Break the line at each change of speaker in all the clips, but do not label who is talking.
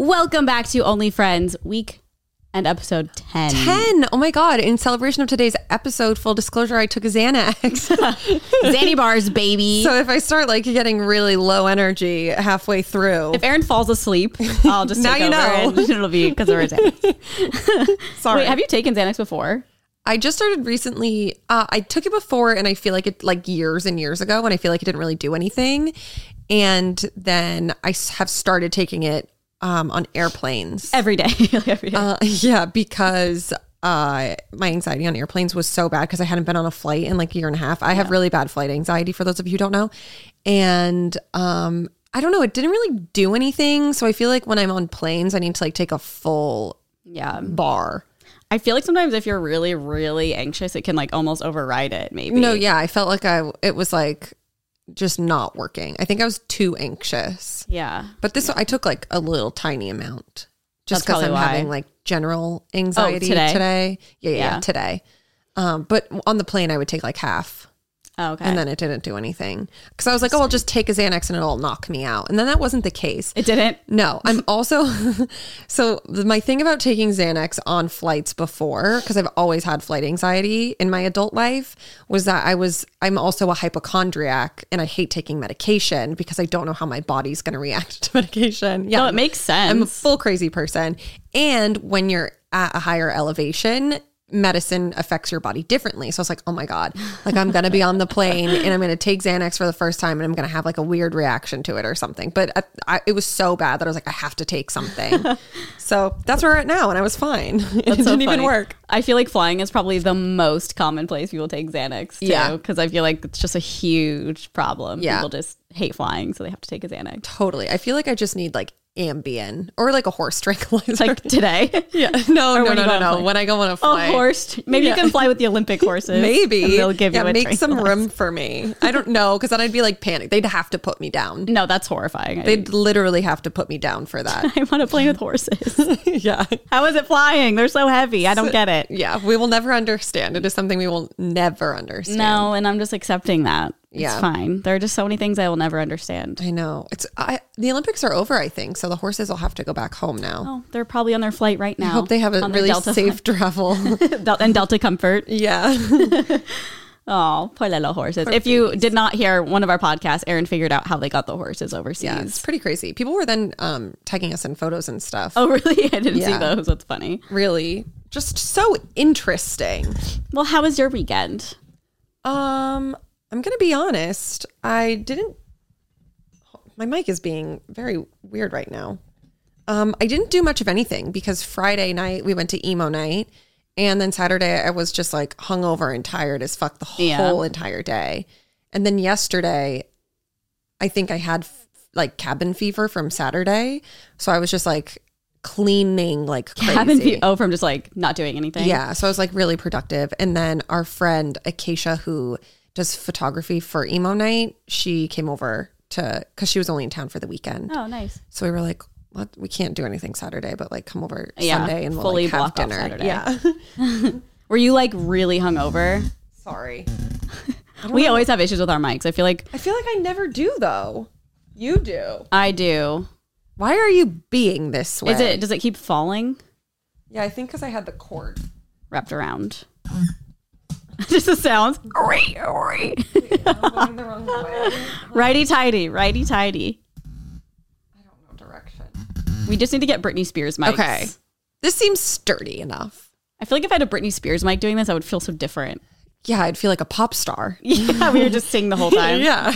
Welcome back to Only Friends week and episode 10.
10. Oh my God. In celebration of today's episode, full disclosure, I took Xanax.
Zanny bars, baby.
so if I start like getting really low energy halfway through,
if Erin falls asleep, I'll just
Now
take
you
over
know.
and it'll be because of her Xanax.
sorry.
Wait, have you taken Xanax before?
I just started recently. Uh, I took it before and I feel like it like years and years ago and I feel like it didn't really do anything. And then I s- have started taking it um, on airplanes.
Every day. Like, every day.
Uh, yeah, because uh, my anxiety on airplanes was so bad because I hadn't been on a flight in like a year and a half. I have really bad flight anxiety for those of you who don't know. And um, I don't know, it didn't really do anything. So I feel like when I'm on planes, I need to like take a full
yeah.
bar.
I feel like sometimes if you're really, really anxious, it can like almost override it, maybe.
No, yeah, I felt like I it was like just not working. I think I was too anxious.
Yeah.
But this I took like a little tiny amount just
That's
because I'm
probably why. Oh,
having like general anxiety
today?
today? Yeah, yeah, yeah,
Yeah.
today. Um, but on the plane, I would take like half,
Oh, okay.
and then it didn't do anything because I was like, oh, I'll just take a Xanax and it'll knock me out. And then that wasn't the case.
it didn't.
No, I'm also so th- my thing about taking Xanax on flights before because I've always had flight anxiety in my adult life was that I was I'm also a hypochondriac and I hate taking medication because I don't know how my body's going to react to medication. Yeah.
No, it makes sense.
I'm a full crazy person. And when you're at a higher elevation, medicine affects your body differently. So I was like, oh my God, like I'm going to be on the plane and I'm going to take Xanax for the first time and I'm going to have like a weird reaction to it or something. But I, I, it was so bad that I was like, I have to take something. so that's where we're at now. And I was fine. it didn't
so
even
funny.
work.
I feel like flying is probably the most common place people take Xanax. Too,
Yeah.
because I feel like it's just a huge problem.
Yeah.
people just hate flying, so they have to take a Xanax.
Totally. I feel like I just need like Ambien or like a horse tranquilizer.
Like today, yeah,
no, no,
when
no,
you go
no,
on a
no.
plane.
When I go on a
a
flight.
horse. Maybe you can fly with the Olympic horses.
Maybe
and they'll give
yeah,
you a
make some
tranquilizer.
room for me. I don't know because then I'd be like panicked. They'd have to put me down.
No, that's horrifying. I,
They'd literally have to put me down for that.
I want to play with horses.
yeah,
How is it flying? They're so heavy. I don't get it.
yeah. We will never understand. It is something we will never understand.
No, and I'm just accepting that. It's
Yeah.
fine. There are just so many things I will never understand.
I know. It's I, the Olympics are over. I think so. The horses will have to go back home now.
Oh, they're probably on their flight right now.
I hope they have a
on their
really
Delta
safe travel.
Del- and Delta Comfort.
yeah.
Oh, poor little horses. if you did not hear one of our podcasts, Erin figured out how they got the horses overseas.
yeah, it's pretty crazy. People were then um, tagging us in photos and stuff.
Oh, really? I didn't see
Yeah.
those. That's funny.
Really, just so interesting.
Well, how was your weekend?
Um, I'm gonna be honest. I didn't. My mic is being very weird right now. Um, I didn't do much of anything because Friday night we went to emo night, and then Saturday I was just like hungover and tired as fuck the
Yeah.
whole entire day, and then yesterday, I think I had f- like cabin fever from Saturday, so I was just like cleaning like crazy.
Cabin fever. Oh, from just like not doing anything.
Yeah. So I was like really productive. And then our friend Acacia, who does photography for emo night, she came over to because she was only in town for the weekend.
Oh, nice.
So we were like, what? we can't do anything Saturday, but like come over
Yeah,
Sunday and we'll
fully
like, have
block off
dinner.
Saturday.
Yeah.
Were you like really hungover?
Sorry.
We always have issues with our mics. I feel like
I feel like I never do though. You do.
I do.
Why are you being this way?
Is it? Does it keep falling?
Yeah, I think because I had the cord.
Wrapped around. just the sounds.
I'm going the wrong way. I
Righty tighty. Righty tighty.
don't know direction.
We just need to get Britney Spears mics.
Okay. This seems sturdy enough.
I feel like if I had a Britney Spears mic doing this, I would feel so different.
Yeah, I'd feel like a pop star.
Yeah, we were just singing the whole time.
Yeah.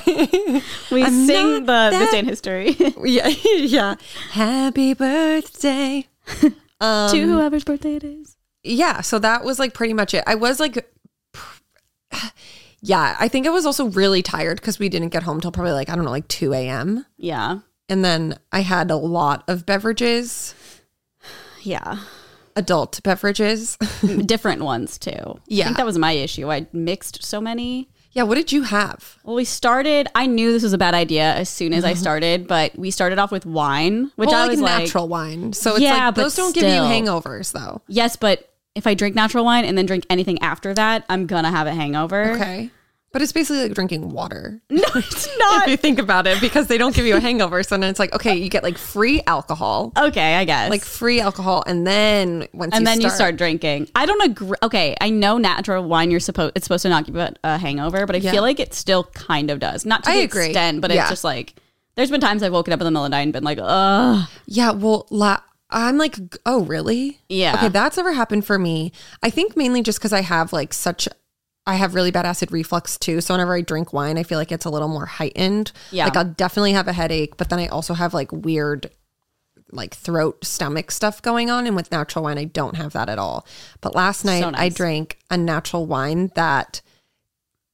We
I'm
sing the
not
this
that-
ain't history
yeah. Yeah. Happy birthday. Um,
to whoever's birthday it is.
yeah. So that was like pretty much it. I was like, yeah, I think I was also really tired because we didn't get home till probably like, I don't know, like 2 a.m.
Yeah,
And then I had a lot of beverages,
yeah,
adult beverages.
different ones too. I
Yeah.
think that was my issue. I mixed so many.
yeah. What did you have?
Well, we started. I knew this was a bad idea as soon as I started, but we started off with wine, which
Mm-hmm. Well,
I
like
was like,
natural wine. So it's
Yeah,
like,
but
those don't give you
still.
hangovers though.
yes, but if I drink natural wine and then drink anything after that, I'm gonna have a hangover.
Okay. But it's basically like drinking water.
No, it's not.
If you think about it, because they don't give you a hangover. So then it's like, okay, you get like free alcohol,
Okay, I guess.
like free alcohol. And then once
and then you start drinking. I don't agree. Okay, I know natural wine you're supposed it's supposed to not give you a hangover, but I
Yeah.
feel like it still kind of does. Not to
I
the
agree.
extent, but
Yeah.
it's just like there's been times I've woken up in the middle of the night and been like, ugh.
Yeah, well, la- I'm like, g- oh, really?
Yeah.
Okay, that's never happened for me. I think mainly just because I have like such, I have really bad acid reflux too. So whenever I drink wine, I feel like it's a little more heightened.
Yeah.
Like I'll definitely have a headache, but then I also have like weird, like throat, stomach stuff going on. And with natural wine, I don't have that at all. But last night, I
nice.
drank a natural wine that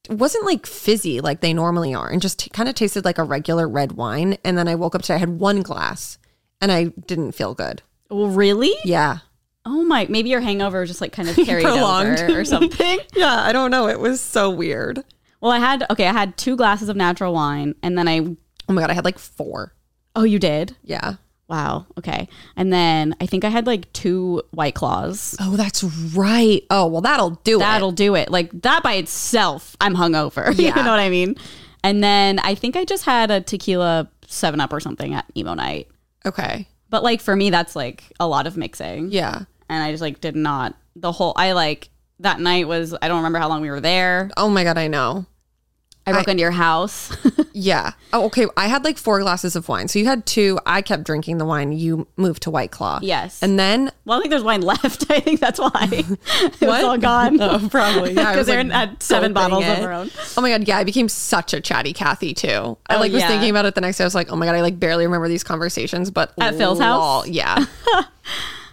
wasn't like fizzy like they normally are and just kind of tasted like a regular red wine and then i woke up today i had one glass and i didn't feel good
Well, really?
yeah
Oh my! Maybe your hangover was just like kind of carried
Prolonged.
over or something.
yeah i don't know it was so weird
well, I had okay. I had two glasses of natural wine, and then I.
oh my god i had like four
Oh, you did.
yeah
Wow. Okay. And then I think I had like two white claws.
oh that's right oh well that'll do
That'll do it. Like that by itself, I'm hungover. you know what I mean? And then I think I just had a tequila seven up or something at emo night.
it okay
But like for me, that's like a lot of mixing.
yeah
And I just like did not the whole I like that night was I don't remember how long we were there.
oh my god i know
I broke into your house.
yeah oh okay i had like four glasses of wine so you had two i kept drinking the wine you moved to white claw
yes. And
and then
well, I don't think there's wine left. I think that's why. it was all gone.
Oh, probably. Yeah, I
Because
was,
Erin
like,
had uh, seven
gulping
bottles of
it.
her own.
Oh my god, yeah, I became such a chatty Cathy too. I
Oh,
like was
yeah.
thinking about it the next day. I was like, oh my god, I like barely remember these conversations, but
At Phil's
lol,
house?
yeah,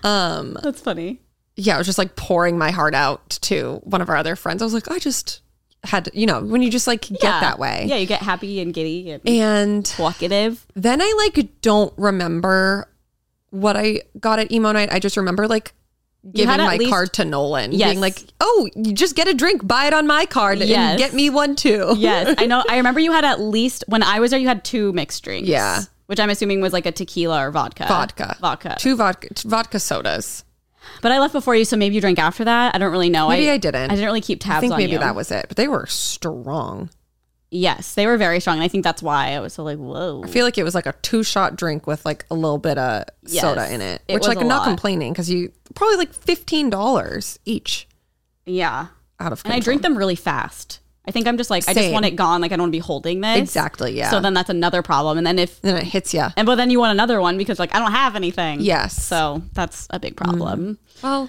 That's funny.
yeah, I was just like pouring my heart out to one of our other friends. I was like, I just had, you know, when you just like get
Yeah.
that way,
Yeah, you get happy and giddy and
and
talkative.
then I like don't remember what I got at emo night. I just remember like giving
had at
my
least-
card to Nolan,
Yes.
being like, oh, you just get a drink, buy it on my card,
Yes.
and get me one too.
Yes, I know. I remember you had at least when I was there, you had two mixed drinks.
Yeah.
which I'm assuming was like a tequila or vodka.
Vodka.
vodka.
Two vodka, vodka sodas.
But I left before you, so maybe you drank after that. I don't really know.
Maybe I didn't.
I didn't really keep tabs
I think
on
maybe
you.
that was it. But they were strong.
yes, they were very strong. And I think that's why I was so like, whoa.
I feel like it was like a two shot drink with like a little bit of
Yes,
soda in it,
it
which
was
like
a
I'm not
lot.
complaining because you probably like fifteen dollars each
Yeah,
out of.
and I
control.
drink them really fast. I think I'm just like I just
Same.
want it gone. Like I don't want to be holding this.
exactly. Yeah.
So then that's another problem. And then if
then it hits you.
and but then you want another one because like I don't have anything.
Yes. Mm-hmm.
So that's a big problem.
well,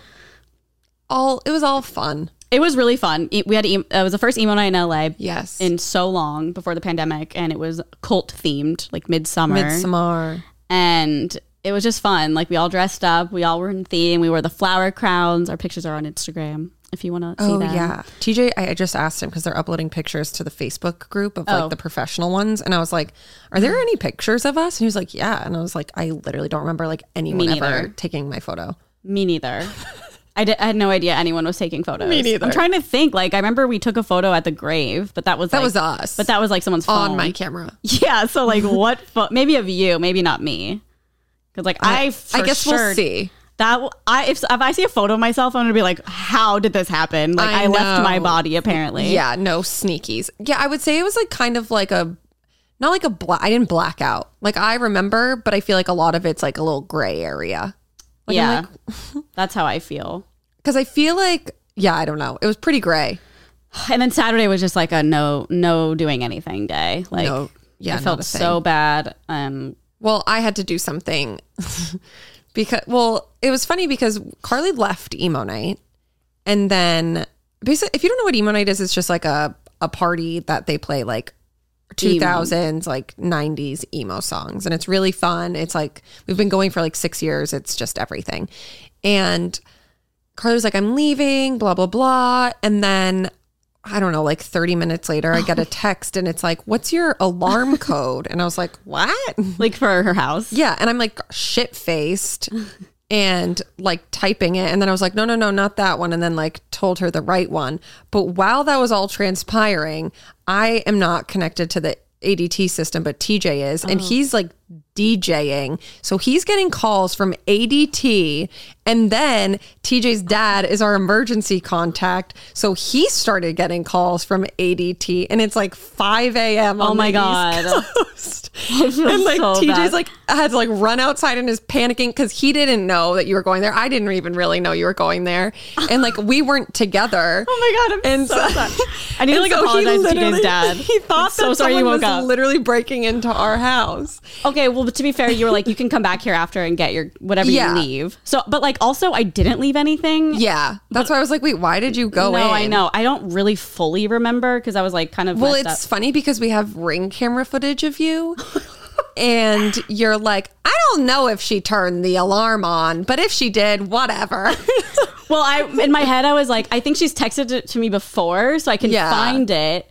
all it was all fun.
It was really fun. E- We had em- it was the first emo night in LA.
Yes.
in so long before the pandemic and it was cult themed like midsummer
Midsommar.
and it was just fun like we all dressed up we all were in theme we wore the flower crowns our pictures are on instagram if you want to see
Oh
them
yeah, TJ. I I just asked him because they're uploading pictures to the Facebook group of
Oh. Mm-hmm.
like the professional ones, and I was like, "Are there any pictures of us?" And he was like, "Yeah," and I was like, "I literally don't remember like anyone ever
neither.
taking my photo."
me neither I, di- I had no idea anyone was taking photos
Me neither.
i'm trying to think like i remember we took a photo at the grave but that was
That
like,
was us,
but that was like someone's phone
on my camera.
yeah so like what pho- maybe of you maybe not me because like i for
I guess
sure
we'll see.
That w- I if, if I see a photo of myself, I'm gonna be like, how did this happen? Like I,
I
left my
know.
body apparently.
Yeah, no sneakies. Yeah, I would say it was like kind of like a not like a black. I didn't black out. Like I remember, but I feel like a lot of it's like a little gray area. Like, I'm
yeah.
like-
That's how I feel.
Cuz I feel like yeah, I don't know. It was pretty gray.
And then Saturday was just like a no no doing anything day. Like
No. Yeah,
I
not a
felt
thing.
so bad. Um
Well, I had to do something because well, it was funny because Carly left emo night, and then basically, if you don't know what emo night is, it's just like a a party that they play like. 2000s like 90s emo songs and it's really fun it's like we've been going for like six years it's just everything and Carly was like, I'm leaving, blah, blah, blah. And then I don't know, like 30 minutes later, I get a text and it's like, What's your alarm code? And I was like, What?
like for her house.
Yeah. And I'm like, shit faced and like typing it. And then I was like, No, no, no, not that one. And then like told her the right one. But while that was all
Oh.
transpiring, I am not connected to the ADT system, but TJ is. And he's like DJing. So he's getting calls from ADT. And then TJ's dad is our emergency contact. So he started getting calls from ADT. And it's like 5 a.m.
Oh
on
my
the East
God.
Coast.
feel
and like
so
TJ's
bad.
like had to like run outside and is panicking because he didn't know that you were going there. I didn't even really know you were going there. And like we weren't together.
Oh my god, I'm
And
so
so-
sorry. I need to
And
like
so he
apologize to
literally-
TJ's dad.
He thought
Like, so
that
sorry you
someone
woke
was
up.
literally breaking into our house.
okay, well, but to be fair, you were like, you can come back here after and get your whatever
Yeah.
you leave. So, but like, also, I didn't leave anything.
Yeah, that's why I was like, wait, why did you go
no,
in?
I know. I don't really fully remember because I was like kind of
Well,
messed
it's
up.
funny because we have ring camera footage of you. And you're like, I don't know if she turned the alarm on, but if she did, whatever.
Well, I in my head I was like, I think she's texted it to me before, so I can
Yeah.
find it.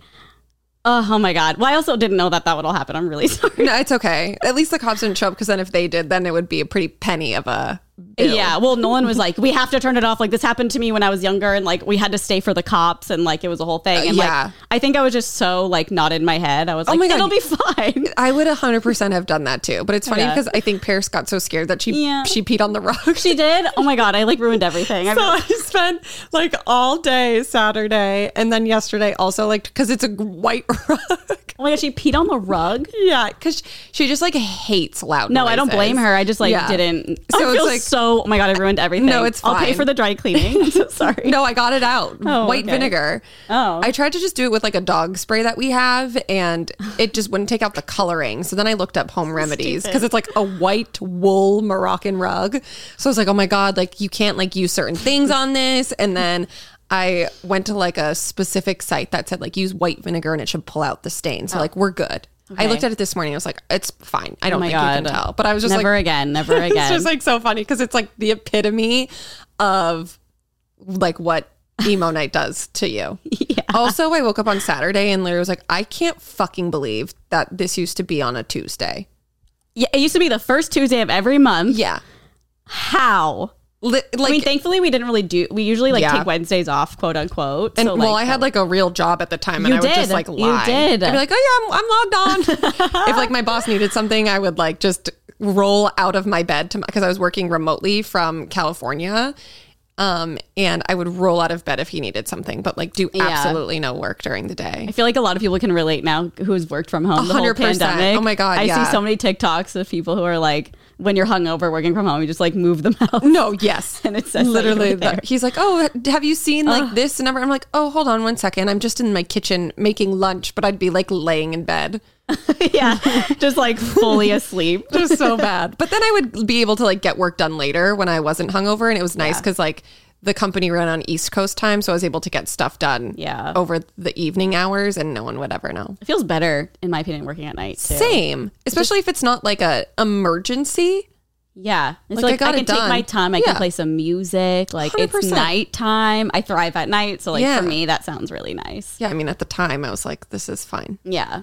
Oh, oh my god. Well, I also didn't know that that would all happen. I'm really sorry.
no, it's okay. At least the cops didn't show up because then if they did, then it would be a pretty penny of a bill.
Yeah. Well, Nolan was like, we have to turn it off. Like this happened to me when I was younger, and like we had to stay for the cops, and like it was a whole thing. And
Uh, yeah. Oh
like I think I was just so like not in my head. I was like,
my God.
it'll be fine.
I would 100% have done that too. But it's funny
Yeah.
because I think Paris got so scared that she
Yeah.
she peed on the rug.
she did. Oh my god, I like ruined everything. I
So I spent like all day Saturday and then yesterday also like because it's a g- white rug.
oh my god, she peed on the rug.
yeah, because she just like hates loud.
No, I don't
noises.
blame her. I just like
Yeah.
didn't. So
So
I
it's
feel
like-
so. Oh my god, I ruined everything.
No, it's
I'll pay
fine.
for the dry cleaning. I'm so sorry.
No, I got it out.
Oh,
white
okay.
vinegar.
Oh.
I tried to just do it with like a dog spray that we have and it just wouldn't take out the coloring. So then I looked up home remedies because it's like a white wool Moroccan rug. So I was like, oh my God, like you can't like use certain things on this. And then I went to like a specific site that said like use white vinegar and it should pull out the stain. So like we're good. I
Oh. Okay. Oh
looked at it this morning. I was like, it's fine. I don't
my
think you
God.
can tell. But I was just
never
like,
again. Never again.
it's just like so funny because it's like the epitome of like what emo night does to you.
Yeah.
Also, I woke up on Saturday and Larry was like, I can't fucking believe that this used to be on a Tuesday.
yeah, it used to be the first Tuesday of every month.
Yeah.
How?
Li- like,
I mean, thankfully, we didn't really do. We usually like
Yeah.
take Wednesdays off, quote unquote.
and
so,
well,
like,
I had like a real job at the time and
You
I would just
did.
like
You
lie.
did.
I'd be like, oh yeah, I'm, I'm logged on. if like my boss needed something, I would like just roll out of my bed to because I was working remotely from California. Um, and I would roll out of bed if he needed something, but like do absolutely no work during the day.
I feel like a lot of people can relate now who's worked from home the whole
100%.
pandemic.
Oh my God,
I
yeah.
see so many TikToks of people who are like, when you're hungover working from home, you just like move them out.
No, yes.
And it says that
literally
right there.
that- he's like, "Oh, have you seen like this number?" I'm like, "Oh, hold on one second. I'm just in my kitchen making lunch, but I'd be like laying in bed."
yeah, just like fully asleep.
Just so bad. But then I would be able to like get work done later when I wasn't hungover and it was nice cuz like the company ran on East Coast time, so I was able to get stuff done
Yeah.
over the evening hours and no one would ever know.
It feels better, in my opinion, working at night too.
Same, especially if it's not like a emergency.
Yeah, it's
Like, I
like, I,
got
can
it
take
done.
my time. I
Yeah.
can play some music. Like it's
100%.
nighttime. I thrive at night, so like
Yeah.
for me, that sounds really nice.
Yeah, I mean at the time I was like this is fine.
Yeah,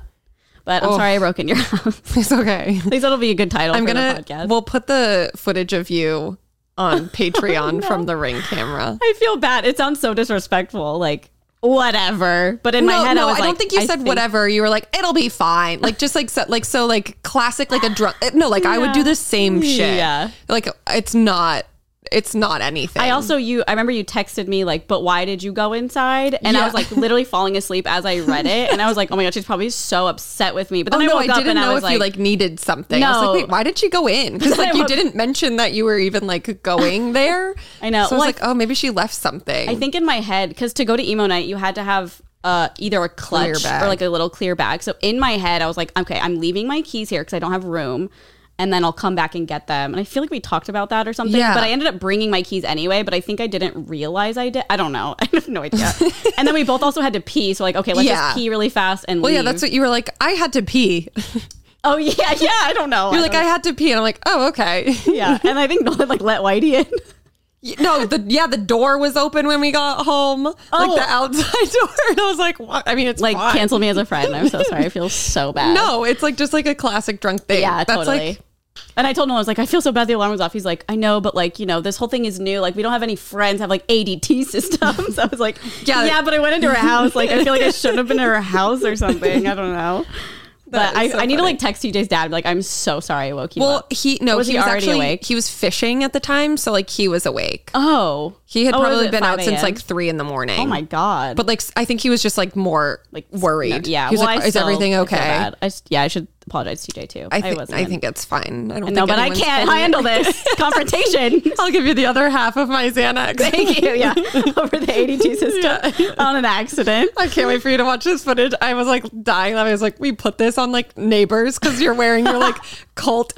but I'm sorry I broke in your house.
It's okay.
At least that'll be a good title
Oh. I'm
for
gonna.
the podcast.
We'll put the footage of you on Patreon from the ring camera.
I feel bad. It sounds so disrespectful. Like whatever. But in my head, I was like,
don't think you said
think-
whatever. You were like, it'll be fine. Like just like so, like so like classic like a drunk. No, like I would do the same shit.
Yeah.
like it's not. It's not anything.
I also you. I remember you texted me like, but why did you go inside? And
Yeah.
I was like literally falling asleep as I read it, and I was like, oh my god, she's probably so upset with me. But
Oh,
then I
no, I
woke up
didn't
and
know
I was
if
like,
you like needed something. I was
No.
like, wait, why did she go in? Because like
I
you
woke-
didn't mention that you were even like going there.
I know.
So I was
Well, I-
like, oh, maybe she left something.
I think in my head, because to go to emo night, you had to have uh, either a
Clear
clutch
bag.
or like a little clear bag. So in my head, I was like, okay, I'm leaving my keys here because I don't have room. And then I'll come back and get them. And I feel like we talked about that or something.
Yeah.
But I ended up bringing my keys anyway. But I think I didn't realize I did. I don't know. I have no idea. and then we both also had to pee. So like, okay, let's
Yeah.
just pee really fast and
Well,
leave.
yeah, that's what you were like. I had to pee.
oh yeah, yeah. I don't know.
You're like, I had to pee, and I'm like, oh, okay.
don't- yeah. And I think Nolan like let Whitey in.
Y- No, the yeah, the door was open when we got home, like
Oh.
the outside door, and I was like, "What?" I mean, it's
like
fine.
cancel me as a friend. I'm so sorry. I feel so bad.
No, it's like just like a classic drunk thing.
Yeah,
That's
totally.
like
and I told him I was like, I feel so bad the alarm was off. He's like, I know, but like, you know, this whole thing is new. Like, we don't have any friends have like ADT systems. I was like,
Yeah.
yeah, yeah, but I went into her house. Like, I feel like I should have been to her house or something. I don't know. But I,
is so
I need to
funny.
like text TJ's dad. and be Like, I'm so sorry I woke you
Well,
up.
he no,
Was
he,
he
was
already
actually
awake?
he was fishing at the time, so like he was awake.
Oh,
He had
Oh, was
probably
it
been out
5
since
a.m.?
like three in the morning.
Oh my god.
But like s- I think he was just like more like worried.
yeah.
he was
well,
like,
I
is
still
everything
feel
okay?
bad. I s- yeah, I should apologize to TJ too.
I,
I,
think
wasn't.
I think it's fine. I don't
no,
think
but I
anyone's
can't
been-
handle this confrontation.
I'll give you the other half of my Xanax.
Thank you. Yeah, over the ADT system on an accident.
I can't wait for you to watch this footage. I was like dying. I was like, we put this on like neighbors because you're wearing your like cult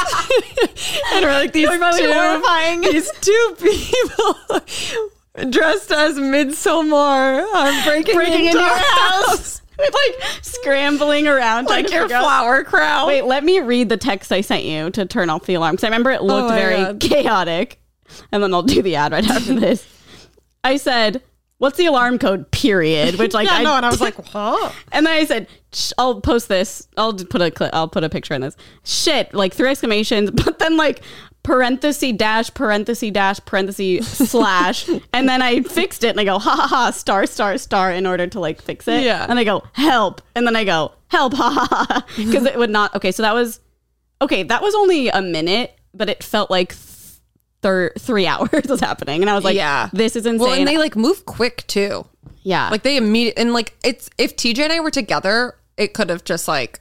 outfits, and we're like these
probably
two
horrifying.
these two people dressed as Midsommar are breaking,
Breaking
into
into
our
your
house.
house. With like scrambling around, trying
like
to
your
figure out-
flower crown.
Wait, let me read the text I sent you to turn off the alarm because I remember it
Oh
looked
my
very
God.
chaotic. And then I'll do the ad right after this. I said, "What's the alarm code?" Period. Which like
yeah,
I
no, and I was like, huh?
And then I said, "Sh- I'll post this. I'll just put a clip. I'll put a picture in this. Shit, like three exclamations, but then like parenthesis dash parenthesis dash parenthesis slash, and then I fixed it and I go ha ha ha star star star in order to like fix it.
Yeah.
And I go help, and then I go help ha ha ha because it would not. Okay, so that was okay. That was only a minute, but it felt like. Th- thir- three hours was happening, and I was like,
Yeah.
this is insane."
Well, and they like move quick too.
yeah,
Like they immediately and like it's if TJ and I were together, it could have just like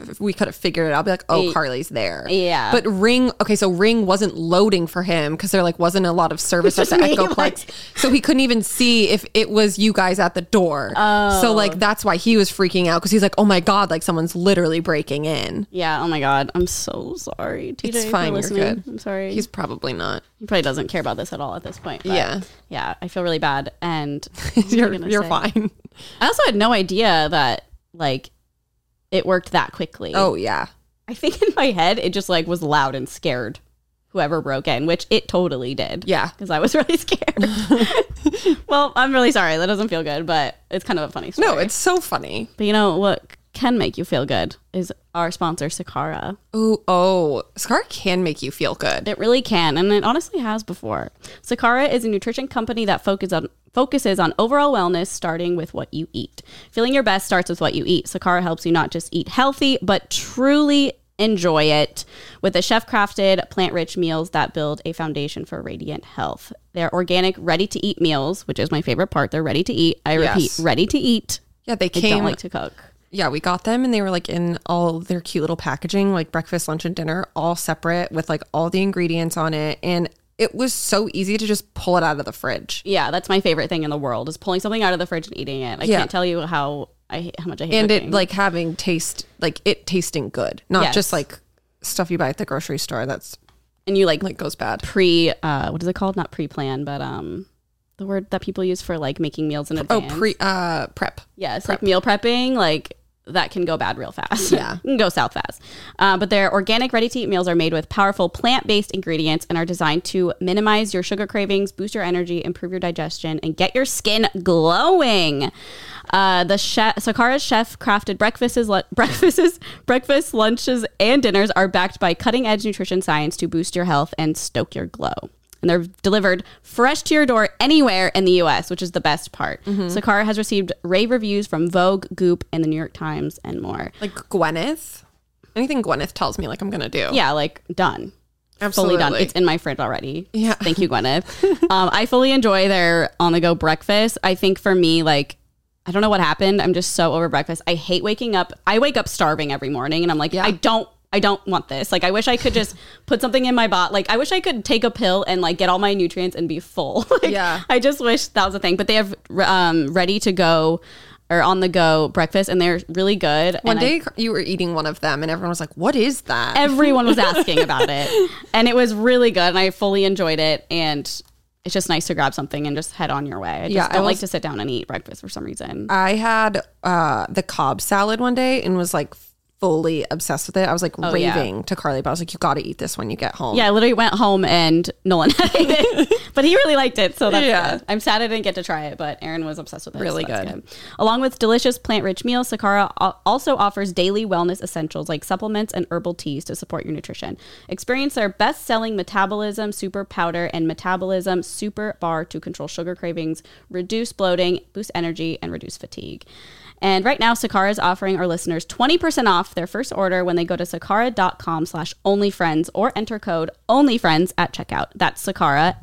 if we could have figured it out. Be like, oh,
Y-
Carly's there.
yeah.
But Ring, okay, so Ring wasn't loading for him because there like wasn't a lot of service at
Just
the
me,
Echoplex,
like-
so he couldn't even see if it was you guys at the door. Oh. So like that's why he was freaking out because he's like, oh my god, like someone's literally breaking in.
Yeah. Oh my God. I'm so sorry. TJ,
It's
for
fine, you're
listening.
good.
I'm sorry.
He's probably not.
he probably doesn't care about this at all at this point. but
Yeah.
Yeah. I feel really bad. And
you're
gonna
you're
say?
fine.
I also had no idea that like it worked that quickly.
Oh yeah.
I think in my head it just like was loud and scared. Whoever broke in, which it totally did.
Yeah.
Because I was really scared. well, I'm really sorry. That doesn't feel good, but it's kind of a funny story.
No, it's so funny.
But you know what can make you feel good is our sponsor, Sakara.
Ooh, oh, Scar can make you feel good.
It really can, and it honestly has before. Sakara is a nutrition company that focuses on focuses on overall wellness, starting with what you eat. Feeling your best starts with what you eat. Sakara helps you not just eat healthy, but truly enjoy it with the chef crafted plant rich meals that build a foundation for radiant health. They're organic, ready to eat meals, which is my favorite part. They're ready to eat. I
Yes.
repeat, ready to eat.
Yeah, they
They
came.
don't like to cook.
yeah, we got them and they were like in all their cute little packaging, like breakfast, lunch, and dinner, all separate with like all the ingredients on it. And it was so easy to just pull it out of the fridge.
Yeah, that's my favorite thing in the world is pulling something out of the fridge and eating it. I
Yeah.
can't tell you how I hate- how much I hate
And
cooking.
it like having taste, like it tasting good, not
Yes.
just like stuff you buy at the grocery store that's
and you like
like goes bad.
pre uh what is it called not pre-plan but um the word that people use for like making meals in
Oh,
advance
pre uh prep.
yes like meal prepping like that can go bad real fast
Yeah.
can go south fast uh, but their organic ready-to-eat meals are made with powerful plant-based ingredients and are designed to minimize your sugar cravings boost your energy improve your digestion and get your skin glowing uh, the chef, Sakara's chef crafted breakfasts, lu- breakfasts, breakfasts, lunches, and dinners are backed by cutting edge nutrition science to boost your health and stoke your glow and they're delivered fresh to your door anywhere in the US, which is the best part. Sakara has received rave reviews from Vogue, Goop, and the New York Times, and more.
Like Gwyneth. Anything Gwyneth tells me like I'm gonna do.
Yeah, like done.
absolutely.
Fully done. It's in my fridge already.
Yeah.
Thank you, Gwyneth. um, I fully enjoy their on the go breakfast. I think for me, like, I don't know what happened. I'm just so over breakfast. I hate waking up. I wake up starving every morning and I'm like, I don't. I don't want this. Like, I wish I could just put something in my bot. Like, I wish I could take a pill and like get all my nutrients and be full. like,
Yeah.
I just wish that was a thing. But they have um, ready to go or on the go breakfast, and they're really good. and
One
I-
day you were eating one of them and everyone was like, What is that?
everyone was asking about it and it was really good and i fully enjoyed it and it's just nice to grab something and just head on your way i just
Yeah, I
don't like
was-
to sit down and eat breakfast for some reason
I had uh, the cob salad one day and was like fully obsessed with it. I was like
Oh, yeah.
raving to Carly, but I was like, you got to eat this when you get home.
Yeah, I literally went home and Nolan had it, but he really liked it, so that's
Yeah.
good. I'm sad I didn't get to try it, but Aaron was obsessed with it. so
Really
that's
good.
Along with delicious plant-rich meals, Sakara al- also offers daily wellness essentials like supplements and herbal teas to support your nutrition. Experience their best-selling metabolism super powder and metabolism super bar to control sugar cravings, reduce bloating, boost energy, and reduce fatigue. And right now, Sakara is offering our listeners 20% off their first order when they go to sakara.com slash onlyfriends or enter code onlyfriends at checkout. That's Sakara,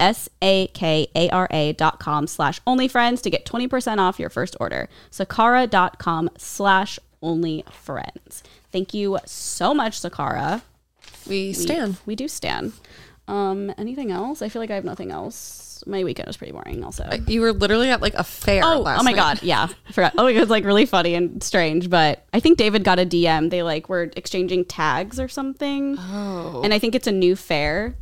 S-A-K-A-R-A dot com slash onlyfriends to get 20% off your first order. Sakara.com slash onlyfriends. Thank you so much, Sakara.
We stand.
We do stan. Um, anything else? I feel like I have nothing else. My weekend was pretty boring also.
You were literally at like a fair
Oh,
last
oh my
night.
god, yeah, I forgot. Oh, it was like really funny and strange, but I think David got a DM. They like were exchanging tags or something,
Oh.
and I think it's a new fair.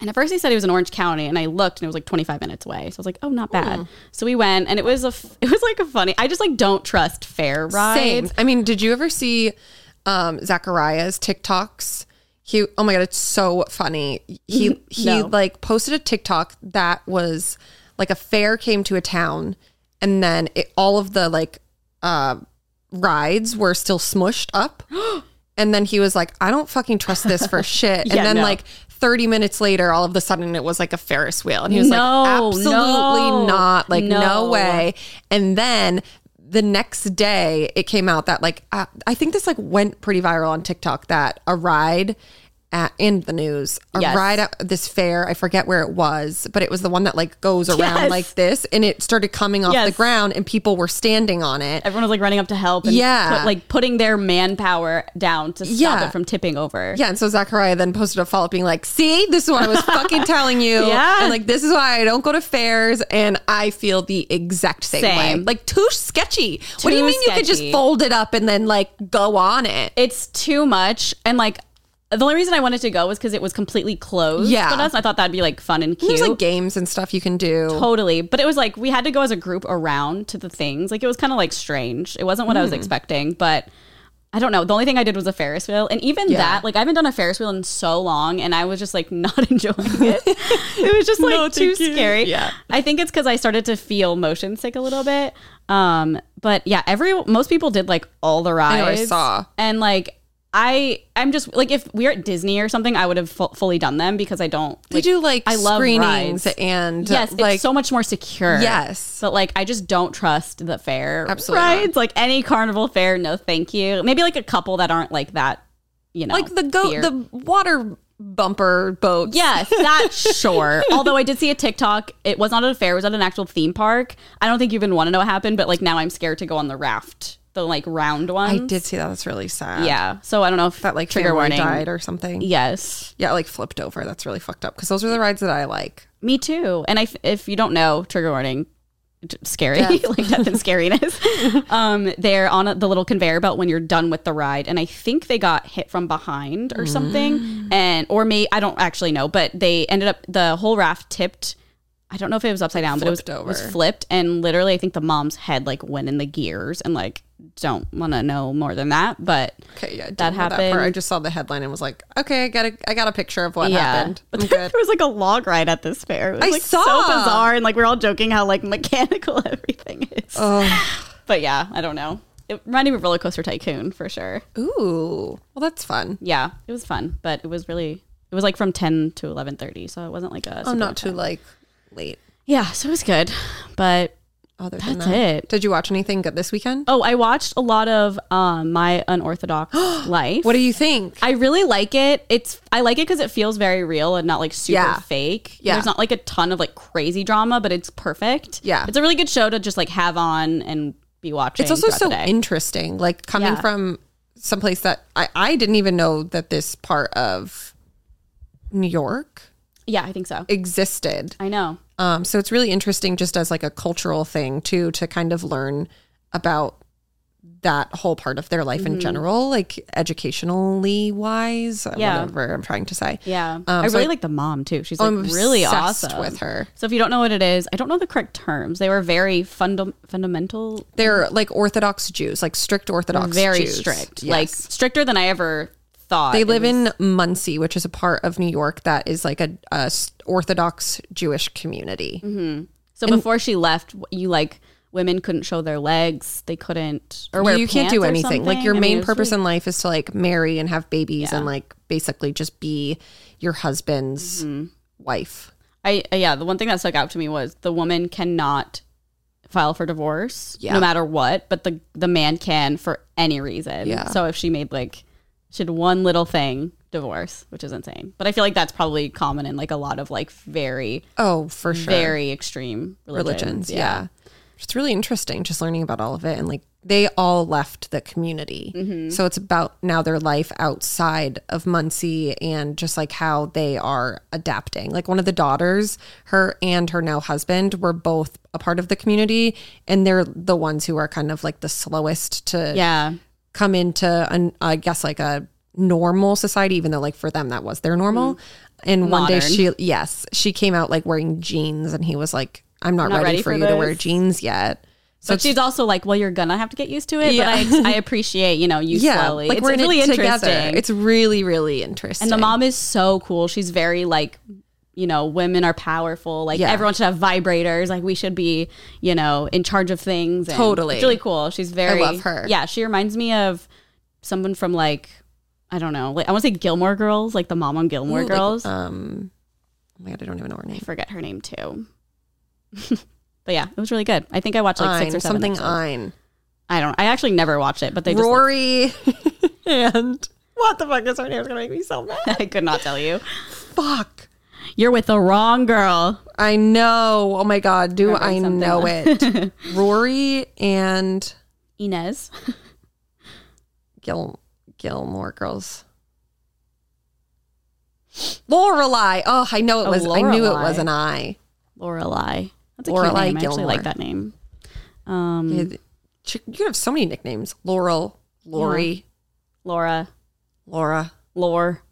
And at first he said he was in Orange County, and I looked, and it was like 25 minutes away. So I was like, "Oh, not bad." So we went, and it was a, f- it was like a funny. I just like don't trust fair rides.
Same. I mean, did you ever see um Zachariah's TikToks? He oh my god, it's so funny. He he
Mm-hmm. No.
like posted a TikTok that was like a fair came to a town and then it, all of the like uh rides were still smushed up. and then he was like, I don't fucking trust this for shit. And
Yeah,
then
no.
like 30 minutes later, all of a sudden it was like a Ferris wheel. And he was
No,
like, absolutely
no,
not. Like,
no.
no way day. And then the next day, it came out that like uh, I think this like went pretty viral on TikTok that a ride at, in the news, a
Yes.
ride at this fair, I forget where it was, but it was the one that like goes around
Yes.
like this, and it started coming off
Yes.
the ground, and people were standing on it.
Everyone was like running up to help, and
Yeah.
put- like putting their manpower down to stop
Yeah.
it from tipping over.
Yeah, and so Zachariah then posted a follow up being like, "See, this is what I was fucking telling you,
Yeah.
and like this is why I don't go to fairs, and I feel the exact same, way.
Same.
Like too sketchy. what do you
Too
mean you could just
sketchy.
fold it up and then like go on it?
it's too much and like the only reason I wanted to go was because it was completely closed.
Yeah.
for us. I thought that'd be like fun and cute.
There's like games and stuff you can do.
totally, but it was like we had to go as a group around to the things. Like it was kind of like strange. It wasn't what I
Hmm.
was expecting, but I don't know. The only thing I did was a Ferris wheel, and even that, like I haven't done a Ferris wheel in so long, and I was just like not enjoying it. it was just like
No,
too
thank you.
scary.
Yeah.
I think it's because I started to feel motion sick a little bit. Um, but yeah, every most people did like all the rides.
know, I saw.
and like. I I'm just like if we are at Disney or something, I would have fu- fully done them because I don't.
They do like
I love rides.
screenings and
Yes,
like
it's so much more secure.
Yes.
But like I just don't trust the fair
Absolutely
rides. Like any carnival fair, no thank you. Maybe like a couple that aren't like that, you know.
like the goat,
fear.
the water bumper boat.
Yes, that sure. Although I did see a TikTok. It was not at a fair, it was at an actual theme park. I don't think you even want to know what happened, but like now I'm scared to go on the raft. The like round
I
ones.
did see that. That's really sad.
Yeah. So I don't know if
that like
trigger warning.
died or something. Yeah.
Yes.
it like flipped over. That's really fucked up because those are the rides that I like.
Me too. And I, if you don't know, trigger warning, d- scary, like death and scariness. um, they're on a, the little conveyor belt when you're done with the ride, and I think they got hit from behind or something,
Mm.
and or me, I don't actually know, but they ended up the whole raft tipped. I don't know if it was upside down, but it was
flipped
it was
over.
flipped, and literally, I think the mom's head like went in the gears, and like don't want to know more than that, but.
Okay, yeah, I didn't
That
know part.
happened.
I just saw the headline and was like, okay, I got a, I got a picture of what happened.
But
I'm
then
good.
there was like a log ride at this fair. It was
I
like so
saw.
bizarre, and like we're all joking how like mechanical everything is.
Oh.
But yeah, I don't know. It reminded me of Roller Coaster Tycoon for sure.
Ooh, well, that's fun.
Yeah, it was fun, but it was really it was like from ten to eleven thirty, so it wasn't like a.
I'm
super-
not too like late.
Yeah, so it was good, but
Other than
that's
that,
it.
did you watch anything good this weekend?
Oh, I watched a lot of um, my unorthodox life.
What do you think?
I really like it. It's I like it because it feels very real and not like super
Yeah.
fake.
Yeah.
There's not like a ton of like crazy drama, but it's perfect.
Yeah.
It's a really good show to just like have on and be watching.
it's also
throughout
so
the day.
interesting like coming
Yeah.
from someplace that I, I didn't even know that this part of new york
yeah, I think so.
existed
I know.
um, so it's really interesting just as like a cultural thing too to kind of learn about that whole part of their life
Mm-hmm.
in general, like educationally wise,
Yeah.
whatever I'm trying to say.
Yeah.
Um,
I
so
really
I-
like the mom too. She's
I'm
like really
obsessed
awesome
with her.
So if you don't know what it is, I don't know the correct terms. They were very fundam- fundamental,
They're like Orthodox Jews, like strict Orthodox
very
Jews.
strict,
Yes.
like stricter than I ever thought.
They
It
live
was-
in Muncie, which is a part of New York that is like a, a s- Orthodox Jewish community.
So before she left, you like women couldn't show their legs. They couldn't or wear
you can't
pants
do
or
anything. Like
something.
your
I mean,
main
it was
purpose
really-
in life is to like marry and have babies
Yeah.
and like basically just be your husband's
Mm-hmm.
wife.
I uh, yeah, the one thing that stuck out to me was the woman cannot file for divorce
Yeah.
no matter what, but the the man can for any reason.
Yeah.
So if she made like she did one little thing, divorce, which is insane. But I feel like that's probably common in like a lot of like very
Oh, for sure.
very extreme religions.
Religions, yeah. It's really interesting just learning about all of it and like they all left the community.
Mm-hmm.
So it's about now their life outside of Muncie and just like how they are adapting. Like one of the daughters, her and her now husband were both a part of the community and they're the ones who are kind of like the slowest to
Yeah.
come into an I guess like a normal society, even though like for them that was their normal. And one day
Mm. Modern.
she yes, she came out like wearing jeans and he was like, I'm not, ready, for, you to wear
this."
jeans yet. So
But she's also like, well, you're gonna have to get used to it. But I, I appreciate, you know, you
yeah,
slowly.
like
it's
we're in
really
it together.
interesting.
It's really, really interesting.
And the mom is so cool. She's very like, you know, women are powerful. Like
Yeah.
everyone should have vibrators. Like we should be, you know, in charge of things. And
Totally.
it's really cool. She's very.
love her.
Yeah, she reminds me of someone from like, I don't know, like I want to say Gilmore Girls, like the mom on Gilmore
Ooh, like,
Girls.
um oh my god, I don't even know her name.
I forget her name too. but yeah, it was really good. I think I watched like
Ein,
six or seven.
something
episodes.
Ein.
I don't. I actually never watched it, but they just. Like,
Rory and what the fuck is her name? It's gonna make me so mad.
I could not tell you.
fuck.
You're with the wrong girl.
I know. Oh my god, do I
Remembering something.
know it? Rory and
Inez.
Gil Gilmore Girls. Lorelai. Oh, I know it
Oh,
was. I knew it
Lorelai.
was an I.
Lorelai. That's a
Lorelai
cute name. I actually
Gilmore.
like that name. Um,
You could have so many nicknames: Laurel, Lori,
Laura,
Laura,
Lore,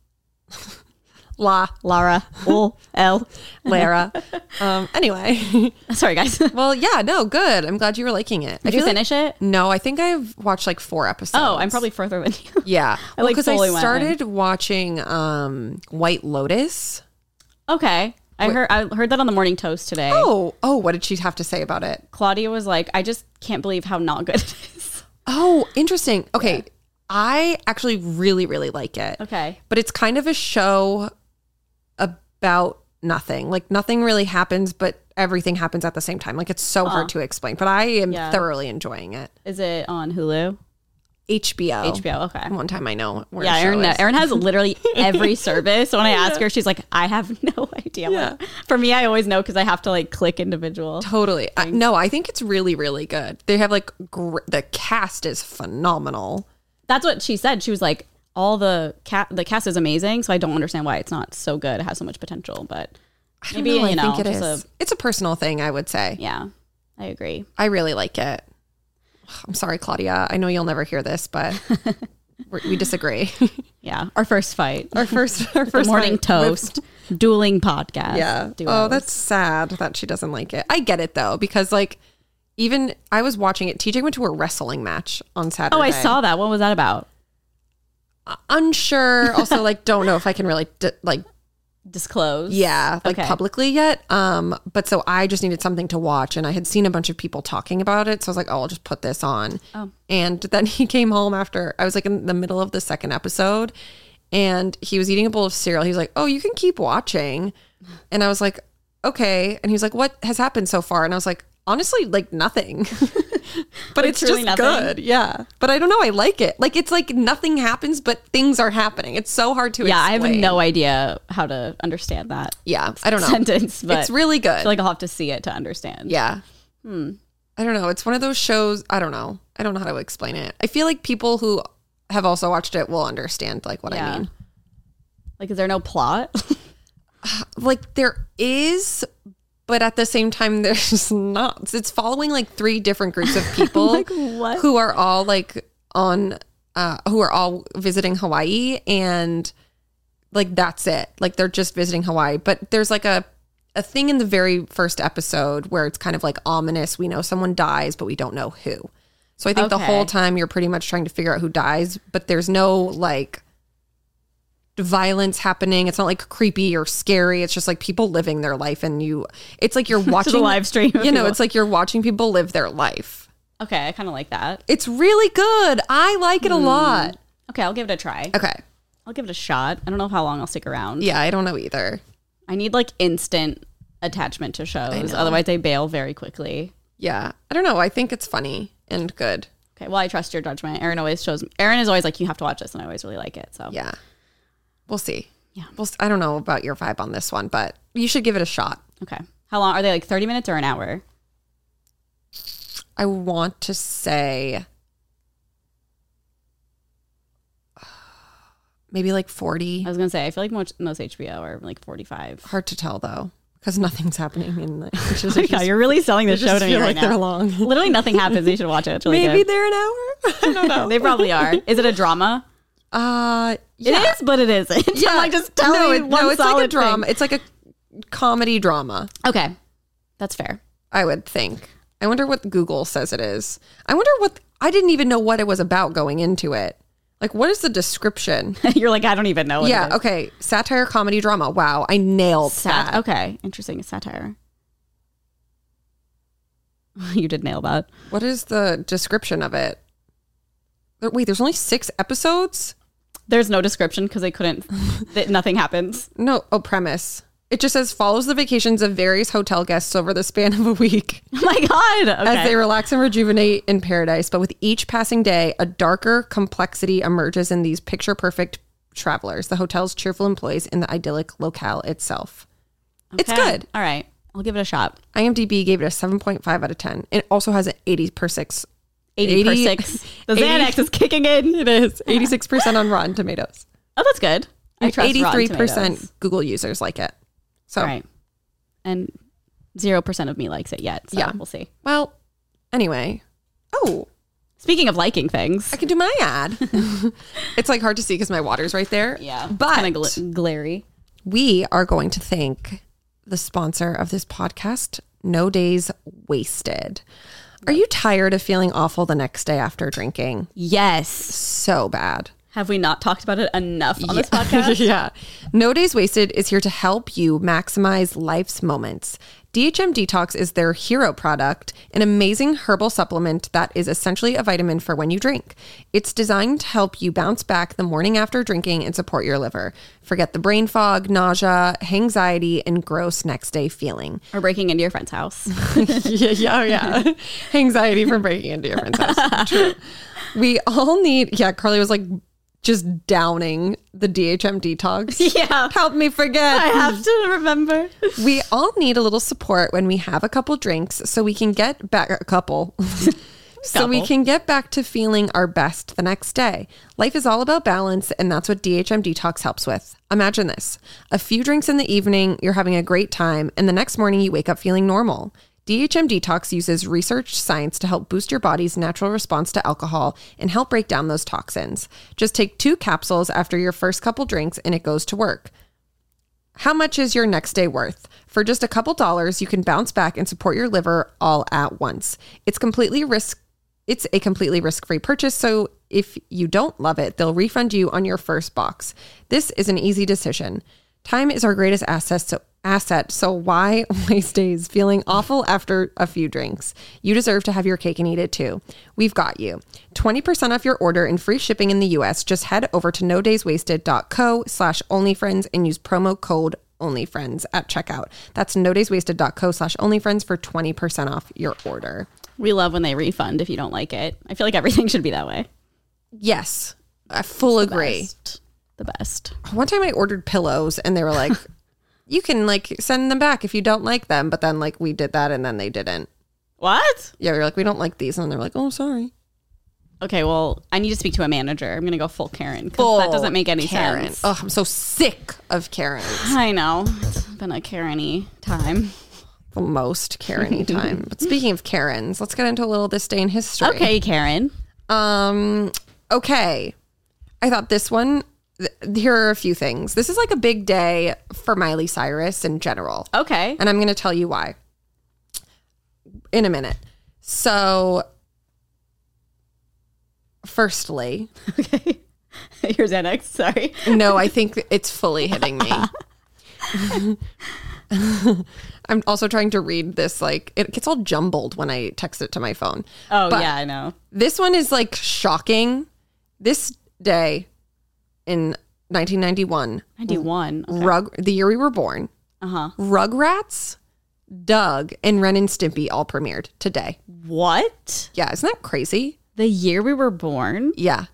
La,
Lara, L, L.
Lara. um, anyway,
Sorry, guys. Did
well, yeah, no, good. I'm glad you were liking it. I
you
feel like,
finish it?
no, I think I've watched like four episodes.
Oh, I'm probably further than you.
yeah.
I, like,
because
fully
I
went in.
started watching um, White Lotus.
Okay. I heard I heard that on the morning toast today.
Oh, oh, what did she have to say about it?
Claudia was like, I just can't believe how not good it is.
Oh, interesting. Okay. I actually really, really like it.
Okay.
But it's kind of a show about nothing. Like nothing really happens, but everything happens at the same time. Like it's so hard to explain, but I am
Uh-huh. Yeah.
thoroughly enjoying it.
Is it on Hulu?
HBO.
HBO. Okay.
One time I know where
Yeah,
a show
Erin, kno-
is.
Erin has literally every service. So when I ask her, she's like, I have no idea. I'm like, For me, I always know because I have to like click individual.
Totally. I, no, I think it's really, really good. They have like gr- the cast is phenomenal.
that's what she said. She was like, all the cat the cast is amazing, so I don't understand why it's not so good. It has so much potential, but
I don't
maybe
know. I
you know,
think it
just
is.
a-
it's a personal thing, I would say.
yeah, I agree.
I really like it. I'm sorry, Claudia. I know you'll never hear this, but we're, we disagree.
Yeah, our first fight,
our first, our first
morning
night with-
toast, dueling podcast.
yeah.
duos.
Oh, that's sad that she doesn't like it. I get it though, because like even I was watching it. TJ went to a wrestling match on Saturday.
oh, I saw that. What was that about?
Unsure. Also, like, don't know if I can really d- like
Disclose.
Yeah, like
Okay.
publicly yet. Um, but so I just needed something to watch, and I had seen a bunch of people talking about it, so I was like, "Oh, I'll just put this on."
Oh.
And then he came home after I was like in the middle of the second episode, and he was eating a bowl of cereal. He was like, "Oh, you can keep watching," and I was like, "Okay." And he was like, "What has happened so far?" And I was like, "Honestly, like nothing." But
Like,
it's
truly
just
nothing?
good. Yeah. But I don't know. I like it. Like, it's like nothing happens, but things are happening. It's so hard to
yeah. I have
explain.
no idea how to understand that
Yeah. I don't know.
sentence, but
it's really good.
I feel like I'll have to see it to understand.
Yeah. Hmm. I don't know. It's one of those shows. I don't know. I don't know how to explain it. I feel like people who have also watched it will understand like what I
Yeah.
mean.
Like, is there no plot?
Like there is, But at the same time, there's not. It's following like three different groups of people
what?
who are all like on, uh, who are all visiting Hawaii, and like that's it. Like they're just visiting Hawaii. But there's like a a thing in the very first episode where it's kind of like ominous. We know someone dies, but we don't know who. So I think the
Okay.
whole time you're pretty much trying to figure out who dies, but there's no like violence happening. It's not like creepy or scary. It's just like people living their life, and you. It's like you're watching
live stream of
You know,
people.
it's like you're watching people live their life.
Okay, I kind of like that.
It's really good. I like it
Mm.
a lot.
Okay, I'll give it a try.
Okay.
I'll give it a shot. I don't know how long I'll stick around.
Yeah, I don't know either.
I need like instant attachment to shows. Otherwise, I bail very quickly.
Yeah, I don't know. I think it's funny and good.
Okay, well, I trust your judgment. Erin always shows. Erin is always like, you have to watch this, and I always really like it. So
Yeah, we'll see.
Yeah.
we'll. s- I don't know about your vibe on this one, but you should give it a shot.
okay, how long are they? Like thirty minutes or an hour?
I want to say maybe like 40.
I was gonna say I feel like most, most HBO are like forty-five.
Hard to tell though, because nothing's happening in the. It's just, it
yeah, you're really selling this
just
show to me
feel
right
like they're
now.
long.
Literally nothing happens. You should watch it. It's really
Maybe
good.
they're an hour. I don't know.
They probably are. Is it a drama?
uh,
It
yeah,
is, but it isn't.
yeah.
I'm like, just tell
no,
me
it-
one
no, it's like a
solid thing.
drama. It's like a comedy drama.
Okay, that's fair.
I would think. I wonder what Google says it is. I wonder what I didn't even know what it was about going into it. Like, what is the description?
You're like, I don't even know. What it
yeah.
is.
Okay. Satire comedy drama. Wow. I nailed
Sat-
that.
Okay, interesting satire. you did nail that.
What is the description of it? There- Wait, there's only six episodes?
There's no description because they couldn't. that nothing happens.
No, oh, premise. It just says follows the vacations of various hotel guests over the span of a week
Oh my god. Okay.
as they relax and rejuvenate in paradise. But with each passing day, a darker complexity emerges in these picture perfect travelers, the hotel's cheerful employees, and the idyllic locale itself. It's
Okay.
good.
All right, I'll give it a shot.
IMDb gave it a 7.5 out of 10. It also has an 80 per 6.
80, per
80
six. The
80
Xanax is kicking in. It is.
86% on Rotten Tomatoes.
Oh, that's good. I trust Rotten
83%
Tomatoes.
Google users like it. So,
Right. And zero percent of me likes it yet. So
Yeah.
we'll see.
well, anyway. Oh,
Speaking of liking things,
I can do my ad. it's like hard to see because my water's right there.
yeah,
But
kind of gl- glary.
we are going to thank the sponsor of this podcast, No Days Wasted. Are you tired of feeling awful the next day after drinking?
Yes.
So bad.
Have we not talked about it enough on this podcast?
yeah. No Days Wasted is here to help you maximize life's moments. DHM Detox is their hero product, an amazing herbal supplement that is essentially a vitamin for when you drink. It's designed to help you bounce back the morning after drinking and support your liver. Forget the brain fog, nausea, anxiety, and gross next day feeling.
Or breaking into your friend's house.
yeah, yeah, oh, yeah. Anxiety from breaking into your friend's house. True. We all need. Yeah, Carly was like just downing the DHM detox.
Yeah.
help me forget.
I have to remember.
we all need a little support when we have a couple drinks, so we can get back a couple. So we
Couple.
can get back to feeling our best the next day. Life is all about balance, and that's what DHM Detox helps with. Imagine this a few drinks in the evening, you're having a great time, and the next morning you wake up feeling normal. DHM Detox uses research science to help boost your body's natural response to alcohol and help break down those toxins. Just take two capsules after your first couple drinks, and it goes to work. How much is your next day worth? For just a couple dollars, you can bounce back and support your liver all at once. It's completely risk it's a completely risk-free purchase, so if you don't love it, they'll refund you on your first box. This is an easy decision. Time is our greatest asset, so asset, so why waste days feeling awful after a few drinks? You deserve to have your cake and eat it too. We've got you. 20% off your order and free shipping in the US. Just head over to nodayswasted.co slash onlyfriends and use promo code onlyfriends at checkout. That's nodayswasted.co slash onlyfriends for 20% off your order.
We love when they refund if you don't like it. I feel like everything should be that way.
Yes, I full agree.
Best. The best.
One time I ordered pillows and they were like, you can like send them back if you don't like them. But then like we did that and then they didn't.
What?
Yeah, we were like, we don't like these. And they're like, oh, sorry.
Okay, well, I need to speak to a manager. I'm going to go full Karen because
Oh,
that doesn't make any
Karen.
sense.
Oh, I'm so sick of Karen.
I know. It's been a Karen y time.
the most Karen time. but speaking of Karens, let's get into a little this day in history.
Okay, Karen.
Um, okay. I thought this one, th- here are a few things. This is like a big day for Miley Cyrus in general.
Okay.
And I'm going to tell you why in a minute. So, firstly,
Okay. Here's Xanax. Sorry.
no, I think it's fully hitting me. I'm also trying to read this, like, it gets all jumbled when I text it to my phone.
Oh,
But-
yeah, I know.
This one is like shocking. This day in 1991,
91.
Rug, the year we were born,
Uh huh.
Rugrats, Doug, and Ren and Stimpy all premiered today.
What?
Yeah, isn't that crazy?
The year we were born?
Yeah,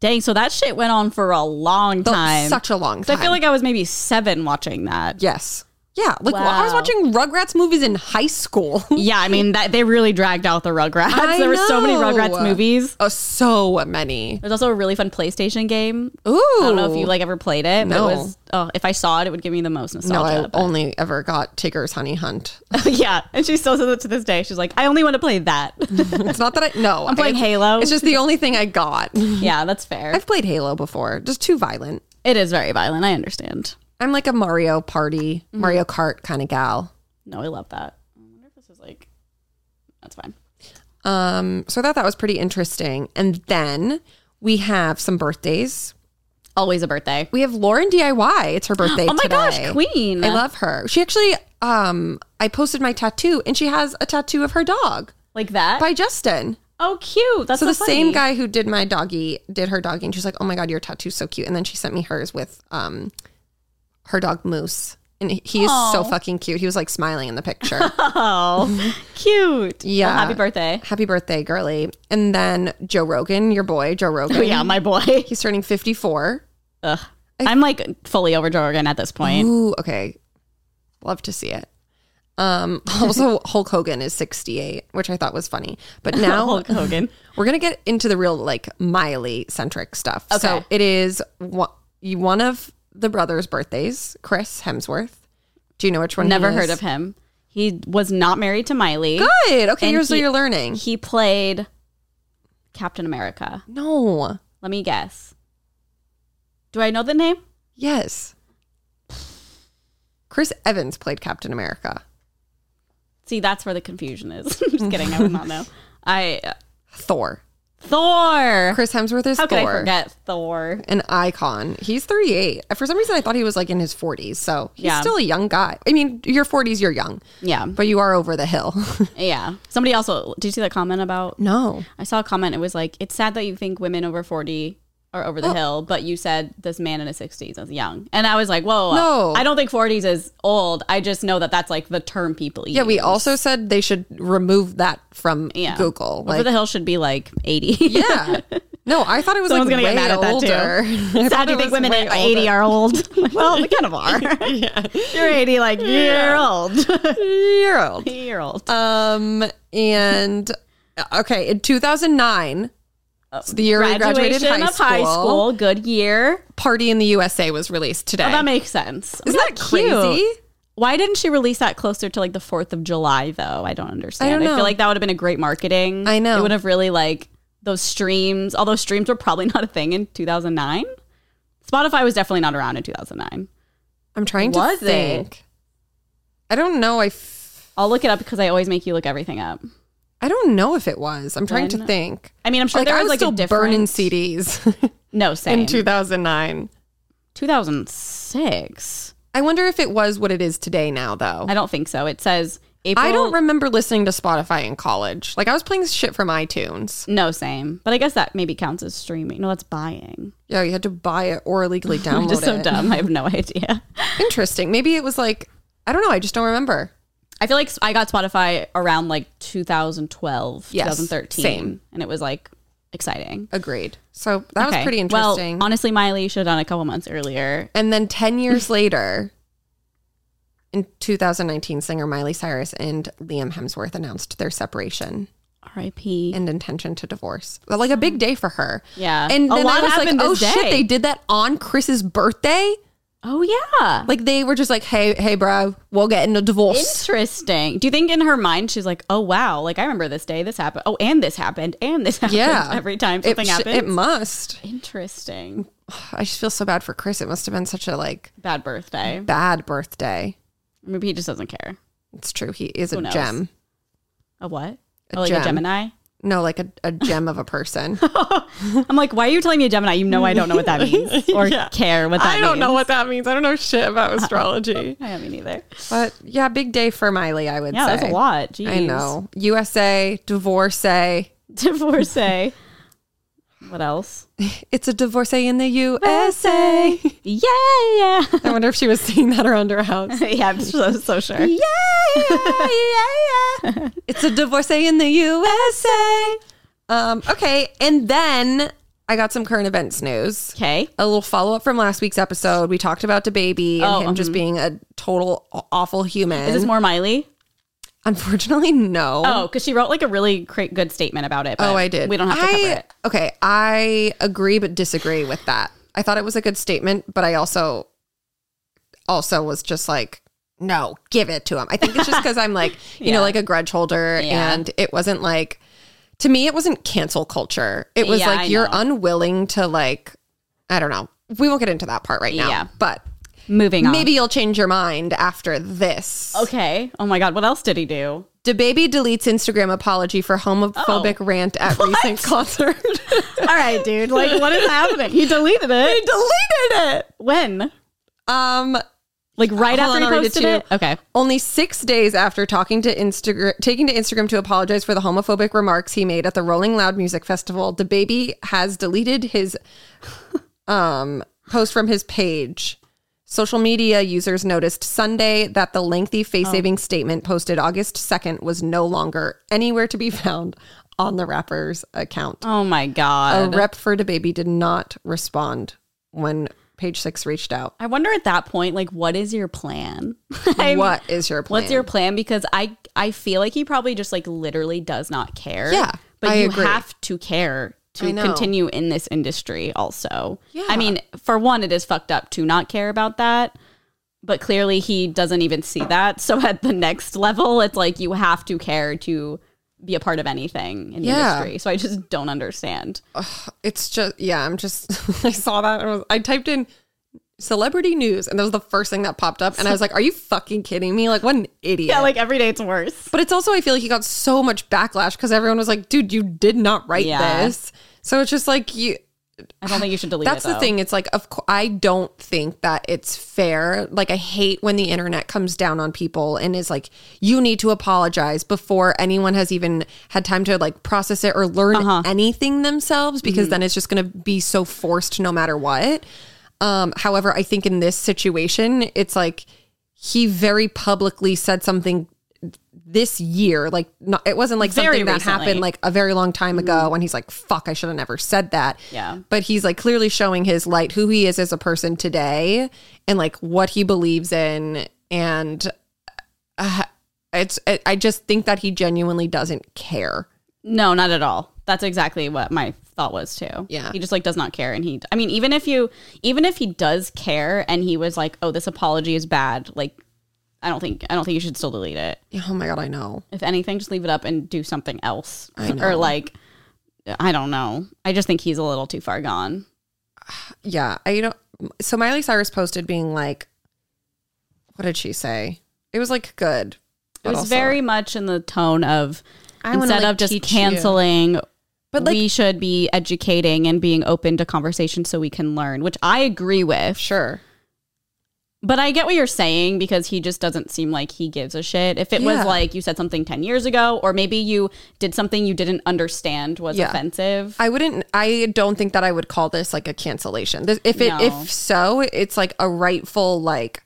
Dang, so that shit went on for a long
The-
time.
such a long
So
time.
I feel like I was maybe seven watching that.
yes, yeah. Like well, I was
Wow.
watching Rugrats movies in high school.
Yeah, I mean that they really dragged out the Rugrats.
I
there were so many
know.
Rugrats movies.
oh, so many.
There's also a really fun PlayStation game.
Ooh,
I don't know if you like ever played it, but
No.
it was oh, if I saw it, it would give me the most
No,
nostalgia.
I
but-
only ever got Tigger's Honey Hunt.
yeah, and she still says it to this day. She's like, I only want to play that.
It's not that I no. I'm
playing Halo.
It's just the only thing I got.
yeah, that's fair.
I've played Halo before. Just too violent.
It is very violent. I understand.
I'm like a Mario Party,
Mm-hmm.
Mario Kart kind of gal.
No, I love that. I wonder if this is like. That's fine.
Um, so I thought that was pretty interesting. And then we have some birthdays.
Always a birthday.
We have Lauren DIY. It's her birthday.
Oh my
today.
gosh, Queen.
I love her. She actually, um, I posted my tattoo, and she has a tattoo of her dog
like that.
by Justin.
oh, cute. That's
So, the
funny.
same guy who did my doggy did her doggy, and she's like, "Oh my god, your tattoo's so cute!" And then she sent me hers with um, her dog Moose, and he he is so
Aw.
fucking cute. He was like smiling in the picture.
Oh, cute.
Yeah.
Well, happy birthday.
Happy birthday, girly! And then Joe Rogan, your boy Joe Rogan.
Oh, yeah, my boy.
He's turning 54.
Ugh. I'm like fully over Joe Rogan at this point.
Ooh, okay. Love to see it. Um, also, Hulk Hogan is 68, which I thought was funny. But now
Hulk Hogan.
we're going to get into the real, like, Miley centric stuff. So
Okay.
it is one, one of the brothers' birthdays, Chris Hemsworth. Do you know which one? he
Never
is?
heard of him. He was not married to Miley.
Good. Okay,
And
here's what
he-
you're learning.
He played Captain America.
No.
Let me guess. Do I know the name?
Yes. Chris Evans played Captain America.
See, that's where the confusion is. I'm just kidding. I would not know. I
Thor.
Thor.
Chris Hemsworth is
How could
Thor.
I forget Thor?
an icon. He's 38. For some reason, I thought he was like in his 40s. So he's
Yeah.
still a young guy. I mean, your 40s, you're young,
Yeah,
but you are over the hill.
yeah. Somebody also. Did you see that comment about?
no.
I saw a comment. It was like, it's sad that you think women over forty are over the
Oh.
hill, but you said this man in his sixties is young, and I was like, whoa, whoa, whoa.
No.
I don't think forties is old. I just know that that's like the term people use.
Yeah, we also said they should remove that from
Yeah.
Google.
over
Like,
the hill should be like eighty.
yeah. No, I thought it was
Someone's
like
gonna get
way
mad at that too.
older. I
Sad
thought
you
it
think
was
women
way
at 80
older.
are old. Like, well, we kind of are. You're 80, like, you're old.
year old.
you're old.
Um, and uh, okay, in 2009, it's the year we graduated
Oh, Graduation
high
of high
school,
school, good year.
Party in the USA was released today.
Oh, that makes sense.
Isn't that
cute?
crazy?
Why didn't she release that closer to like the 4th of July, though? I don't understand.
I don't know.
feel like that would have been a great marketing.
I know.
It would have really like those streams, although streams were probably not a thing in 2009. Spotify was definitely not around in 2009.
I'm trying
Was
to
it?
think. I don't know. I f-
I'll look it up because I always make you look everything up.
I don't know if it was. I'm trying to
When-
think.
I mean, I'm sure
like
Oh, there
I
was,
was
like
still
a different
burning CDs
No, same.
in 2009.
2006.
I wonder if it was what it is today now though.
I don't think so. It says April.
I don't remember listening to Spotify in college. Like I was playing shit from iTunes.
no, same. But I guess that maybe counts as streaming. No, that's buying.
Yeah, you had to buy it or illegally
I'm
download
just so
it.
dumb. I have no idea.
Interesting. Maybe it was like I don't know. I just don't remember.
I feel like I got Spotify around like 2012,
Yes,
2013.
same.
And it was like exciting.
Agreed. So that was
Okay.
pretty interesting.
Well, honestly, Miley, you should have done a couple months earlier.
And then 10 years later, in 2019, singer Miley Cyrus and Liam Hemsworth announced their separation
R.I.P.
and intention to divorce. But, Like a big day for her.
Yeah.
And
A
then I
lot
was like,
happened
oh
this
shit,
day."
they did that on Chris's birthday?
Oh yeah.
Like they were just like, hey, hey, bro, we're getting a divorce.
Interesting. Do you think in her mind she's like, "Oh wow, like I remember this day, this happened. Oh, and this happened, and this happened."
Yeah.
Every time
It,
something
sh-
happens.
it must.
Interesting.
I just feel so bad for Chris. It must have been such a like
Bad birthday.
bad birthday.
Maybe he just doesn't care.
It's true. He is a
knows?
gem.
A what?
A
oh, like
gem.
a Gemini.
No, like a, a gem of a person.
I'm like, why are you telling me a Gemini? You know I don't know what that means or care what
what
that means.
that means. I don't know shit about astrology.
I don't mean either.
but yeah, big day for Miley, I would
Yeah,
say.
that's a lot. Jeez.
I know. USA, divorcee.
Divorcee. what else?
It's a divorcee in the USA.
Yeah, yeah.
I wonder if she was singing that around her house.
yeah, I'm so, so sure.
Yeah, yeah, yeah. It's a divorcee in the USA. Um, okay, and then I got some current events news.
Okay.
A little follow up from last week's episode. We talked about the baby and
Oh,
him just being a total aw- awful human.
Is this more Miley?
Unfortunately, no.
Oh, because she wrote like a really great, good statement about it. but
Oh, I did.
We don't have to
I,
cover it.
Okay, I agree but disagree with that. I thought it was a good statement, but I also also was just like, no, give it to him. I think it's just because I'm like, you know, like a grudge holder,
Yeah.
and it wasn't like to me, it wasn't cancel culture. It was
Yeah,
like
I
you're
know.
unwilling to like, I don't know. We won't get into that part right now.
Yeah.
But
Moving on.
maybe you'll change your mind after this.
Okay. Oh my God. What else did he do?
DaBaby deletes Instagram apology for homophobic
Oh.
rant at recent concert.
All right, dude. Like, what is happening? He deleted it.
deleted it.
When?
Um,
Like right
Hold on,
after he
I'll read it
posted
to you.
it? Okay.
only six days after talking to Instagram, taking to Instagram to apologize for the homophobic remarks he made at the Rolling Loud Music Festival, the baby has deleted his um post from his page. Social media users noticed Sunday that the lengthy
Oh.
face-saving statement posted August 2nd was no longer anywhere to be found on the rapper's account.
Oh my God.
A rep for the baby did not respond when page six reached out.
I wonder at that point, like, what is your plan? I mean,
what is your plan?
What's your plan? Because I I feel like he probably just like literally does not care.
Yeah,
but
I
you
agree.
have to care
I
to
know.
continue in this industry. Also,
Yeah.
I mean, for one, it is fucked up to not care about that. But clearly, he doesn't even see that. So at the next level, it's like you have to care to be a part of anything in the
Yeah.
industry. So I just don't understand.
It's just yeah. I'm just. I saw that. And I, was, I typed in celebrity news, and that was the first thing that popped up. And I was like, "Are you fucking kidding me? Like, what an idiot!"
Yeah, like every day it's worse.
but it's also I feel like he got so much backlash because everyone was like, "Dude, you did not write
Yeah.
this." So it's just like you.
I don't think you should delete
That's
it.
the
though.
thing. It's like, of course, I don't think that it's fair. Like, I hate when the internet comes down on people and is like, you need to apologize before anyone has even had time to like process it or learn
Uh-huh.
anything themselves
Mm-hmm.
because then it's just going to be so forced no matter what. Um, however, I think in this situation, it's like he very publicly said something this year like not, it wasn't like
Very
something that
recently.
happened like a very long time ago when he's like fuck i should have never said that
Mm-hmm. Yeah.
but he's like clearly showing his light who he is as a person today and like what he believes in and uh, it's i i just think that he genuinely doesn't care
No, not at all. That's exactly what my thought was too.
Yeah.
He just like does not care and he I mean even if you even if he does care and he was like, "Oh, this apology is bad." Like I don't think I don't think you should still delete it.
oh my god i know
If anything, just leave it up and do something else or like I don't know. I just think he's a little too far gone.
yeah i don't so miley cyrus posted being like what did she say it was like good
It
but
was
also,
very much in the tone of
I wanna,
instead
like,
of just
teach you.
canceling
But, like-
we should be educating and being open to conversation so we can learn, which I agree with.
sure
But I get what you're saying because he just doesn't seem like he gives a shit. If it
Yeah.
was like you said something 10 years ago, or maybe you did something you didn't understand was
Yeah.
offensive.
I wouldn't. I don't think that I would call this like a cancellation. This, if it,
No.
if so, it's like a rightful like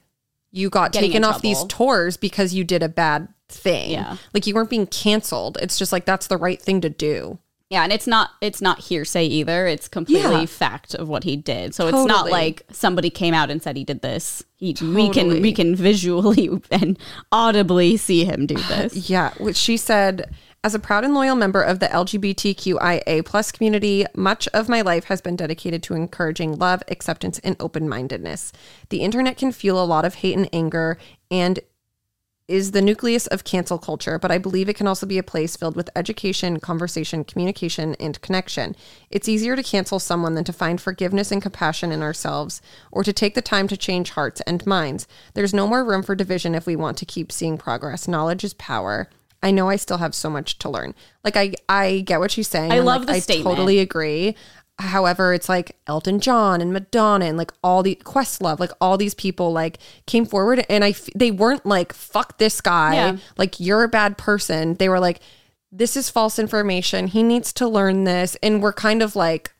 you got
Getting in
taken off these
trouble.
tours because you did a bad thing.
Yeah.
like you weren't being canceled. It's just like that's the right thing to do.
yeah, and it's not it's not hearsay either. It's completely
Yeah.
fact of what he did. So it's not
Totally.
like somebody came out and said he did this. He we can
Totally.
we can visually and audibly see him do this.
Yeah, which she said. At As a proud and loyal member of the LGBTQIA plus community, much of my life has been dedicated to encouraging love, acceptance, and open mindedness. The internet can fuel a lot of hate and anger and is the nucleus of cancel culture, but I believe it can also be a place filled with education, conversation, communication, and connection. It's easier to cancel someone than to find forgiveness and compassion in ourselves or to take the time to change hearts and minds. There's no more room for division if we want to keep seeing progress. Knowledge is power. I know I still have so much to learn. Like I I get what she's saying.
I
and,
love
like,
the
I
statement.
totally agree. However, it's like Elton John and Madonna and like all the Questlove, like all these people like came forward and I f- they weren't like fuck this guy,
Yeah.
like you're a bad person. They were like this is false information. He needs to learn this and we're kind of like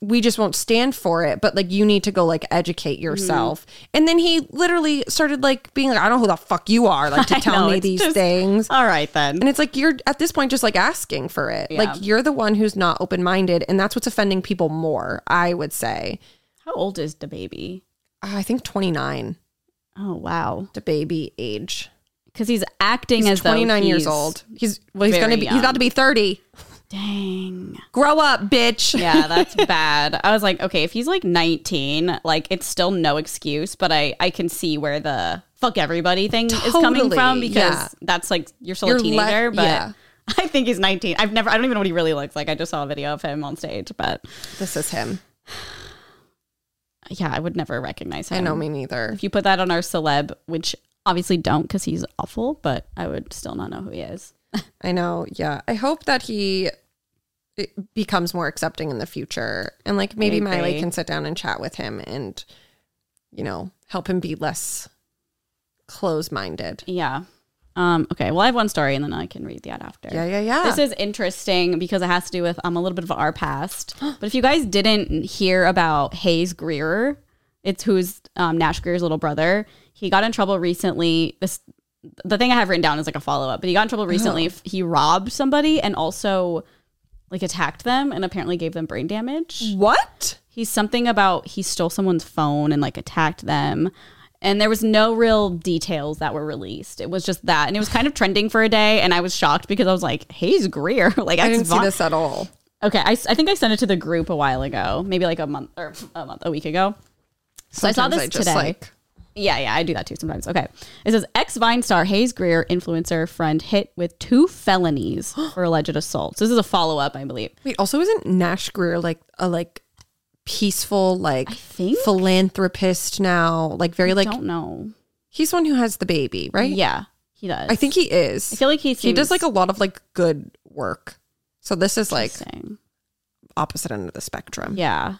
we just won't stand for it, but like you need to go like
Mm-hmm.
educate yourself. And then he literally started like being like I don't know who the fuck you are like to
I
tell
know,
me
it's
these
just-
things.
All right then.
And it's like you're at this point just like asking for it.
Yeah.
Like you're the one who's not open minded, and that's what's offending people more. I would say.
How old is the baby?
Uh, I think 29
Oh wow,
to baby age.
because he's acting
He's
as though
29 years
he's-
old. He's well. He's
very
gonna be.
young.
He's about to be 30.
Dang.
Grow up, bitch.
Yeah, that's bad. I was like, okay, if he's like 19, like it's still no excuse, but I I can see where the fuck everybody thing is coming
Totally,
from because
yeah.
that's like you're still
You're
a
le-
teenager, but
yeah.
I think he's 19. I've never I don't even know what he really looks like. I just saw a video of him on stage, but
This is him.
yeah, I would never recognize him.
I know me neither.
If you put that on our celeb, which obviously don't because he's awful, but I would still not know who he is.
I know. Yeah. I hope that he it becomes more accepting in the future, and like maybe Miley
agree.
can sit down and chat with him, and you know help him be less close minded.
Yeah. Um, okay. Well, I have one story and then I can read that after.
Yeah, yeah, yeah.
This is interesting because it has to do with um, a little bit of our past. But if you guys didn't hear about Hayes Greer, it's who's um, Nash Greer's little brother. He got in trouble recently. This the thing I have written down is like a follow up, but he got in trouble recently. if He robbed somebody and also like attacked them and apparently gave them brain damage.
What?
He's something about he stole someone's phone and like attacked them. And there was no real details that were released. It was just that. And it was kind of trending for a day. And I was shocked because I was like, Hayes Greer. like,
I
that's
didn't see
vi-
this at all.
Okay. I, s- I think I sent it to the group a while ago, maybe like a month or a month, a week ago. So I saw
Sometimes
this today. Yeah, yeah, I do that too sometimes. Okay. It says ex Vine star Hayes Greer influencer friend hit with two felonies for alleged assault. So this is a follow up, I believe.
wait. Also, isn't Nash Greer like a like peaceful like
think?
philanthropist now? Like very like
Don't know.
he's the one who has the baby, right?
Yeah, he does.
I think he is.
I feel like he
he does
seems
like a lot of like good work. So this is like
interesting.
opposite end of the spectrum.
Yeah.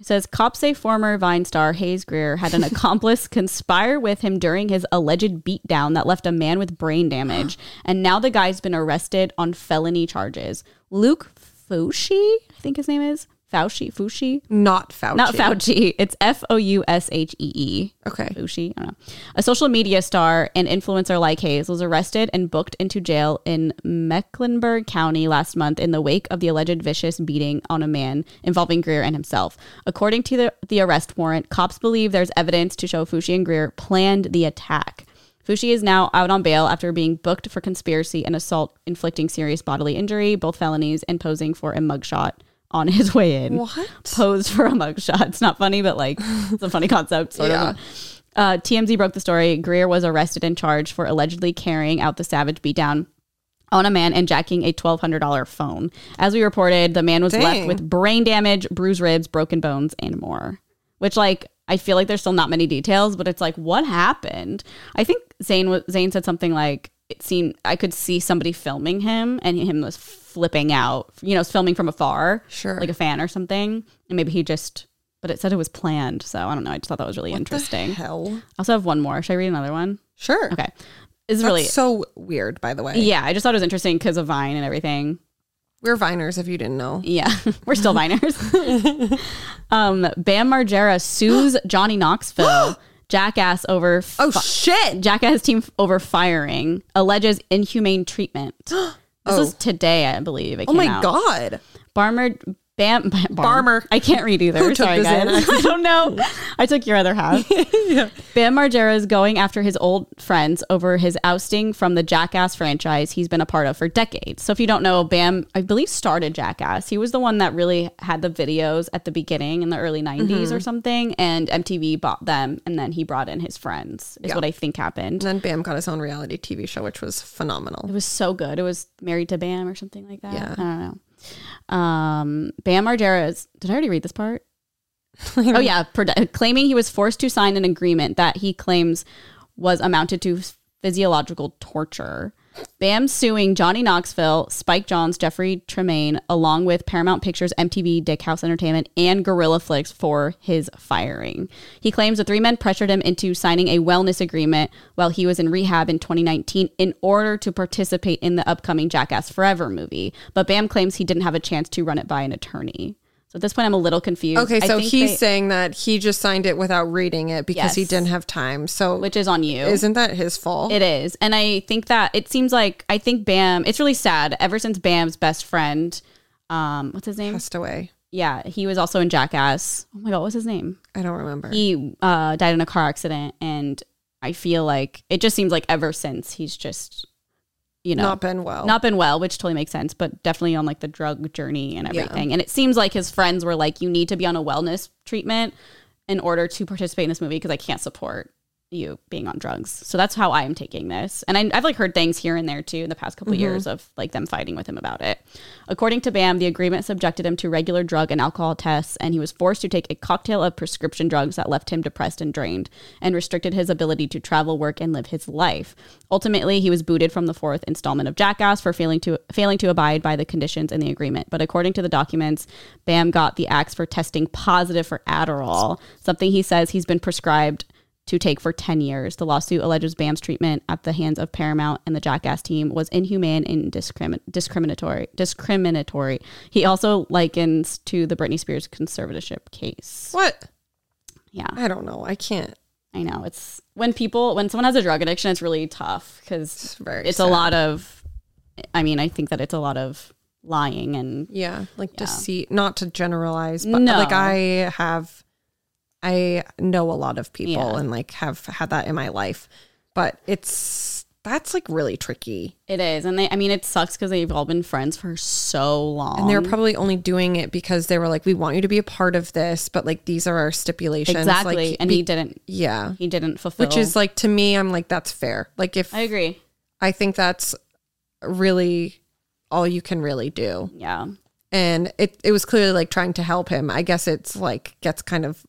It says cops say former Vine star Hayes Greer had an accomplice conspire with him during his alleged beatdown that left a man with brain damage, and now the guy's been arrested on felony charges. Luke Fauci, I think his name is Fauci. Fauci,
Not Fauci.
not Fauci. It's F O U S H E E.
Okay.
Fauci, I don't know. A social media star and influencer like Hayes was arrested and booked into jail in Mecklenburg County last month in the wake of the alleged vicious beating on a man involving Greer and himself. According to the, the arrest warrant, cops believe there's evidence to show Fushi and Greer planned the attack. Fushi is now out on bail after being booked for conspiracy and assault, inflicting serious bodily injury, both felonies, and posing for a mugshot on his way in
What?
posed for a mugshot. It's not funny, but like it's a funny concept, sort of. Uh, TMZ broke the story. Greer was arrested and charged for allegedly carrying out the savage beatdown on a man and jacking a $1,200 phone. As we reported, the man was left
Dang.
with brain damage, bruised ribs, broken bones, and more. Which, like, I feel like there's still not many details, but it's like, what happened? I think Zane was Zane said something like, "It seemed I could see somebody filming him, and him was flipping out. You know, filming from afar,
Sure.
like a fan or something, and maybe he just." But it said it was planned, so I don't know. I just thought that was really interesting. I
Hell.
also have one more. Should I read another one?
Sure.
Okay, this is
That's
really
so weird, by the way.
yeah. I just thought it was interesting because of Vine and everything.
We're Viners if you didn't know.
Yeah, we're still minors. um, Bam Margera sues Johnny Knoxville, jackass over
Oh
fi-
shit.
jackass team f- over firing, alleges inhumane treatment. This
Oh.
was today, I believe. It
Oh
came
my
out.
god.
Barmer Bam, bam
Barmer.
I can't read either.
Who
We're
took
Sorry,
the
guys. I don't know. I took your other half. Bam Margera is going after his old friends over his ousting from the Jackass franchise he's been a part of for decades. So if you don't know, Bam, I believe started Jackass. He was the one that really had the videos at the beginning in the early 90s
Mm-hmm.
or something, and MTV bought them, and then he brought in his friends. Is what I think happened.
And then Bam got his own reality TV show, which was phenomenal.
It was so good. It was Married to Bam or something like that.
Yeah.
I don't know. Um, Bam Margera is. Did I already read this part? oh yeah, Prod- claiming he was forced to sign an agreement that he claims was amounted to physiological torture. Bam suing Johnny Knoxville, Spike Jonze, Jeffrey Tremaine, along with Paramount Pictures, MTV, Dick House Entertainment, and Gorilla Flicks for his firing. He claims the three men pressured him into signing a wellness agreement while he was in rehab in 2019 in order to participate in the upcoming Jackass Forever movie. But Bam claims he didn't have a chance to run it by an attorney. So at this point, I'm a little confused.
Okay,
I
so
think
he's
they-
saying that he just signed it without reading it because he
Yes.
didn't have time. So
which is on you.
isn't that his fault?
It is. And I think that it seems like I think Bam, it's really sad. Ever since Bam's best friend, um, what's his name?
passed away.
Yeah, he was also in Jackass. Oh my god, what's his name?
I don't remember.
He uh died in a car accident and I feel like it just seems like ever since he's just you know
Not been well.
not been well, which totally makes sense, but definitely on like the drug journey and everything. And it seems like his friends were like, you need to be on a wellness treatment in order to participate in this movie because I can't support you being on drugs. So that's how I am taking this. And I, I've like heard things here and there too in the past couple years of like them fighting with him about it. According to BAM, the agreement subjected him to regular drug and alcohol tests, and he was forced to take a cocktail of prescription drugs that left him depressed and drained and restricted his ability to travel, work, and live his life. Ultimately, he was booted from the fourth installment of Jackass for failing to failing to abide by the conditions in the agreement. But according to the documents, Bam got the axe for testing positive for Adderall, something he says he's been prescribed to take for 10 years. The lawsuit alleges BAM's treatment at the hands of Paramount and the Jackass team was inhumane and discrimin- discriminatory. Discriminatory. He also likens to the Britney Spears conservatorship case.
what?
Yeah,
I don't know. I can't.
I know. It's when people when someone has a drug addiction, it's really tough because
It's very.
it's
sad.
a lot of. I mean, I think that it's a lot of lying and
Yeah, like deceit. Not to generalize, but
No.
like I have, I know a lot of people
Yeah.
and like have had that in my life, but it's that's like really tricky.
it is. And they, I mean, it sucks because they've all been friends for so long.
And they're probably only doing it because they were like, we want you to be a part of this, but like these are our stipulations.
exactly,
Like,
and
be-
he didn't.
yeah.
He didn't fulfill.
Which is like to me, I'm like, that's fair. Like if
I agree.
I think that's really all you can really do.
Yeah.
and it it was clearly like trying to help him. I guess it's like gets kind of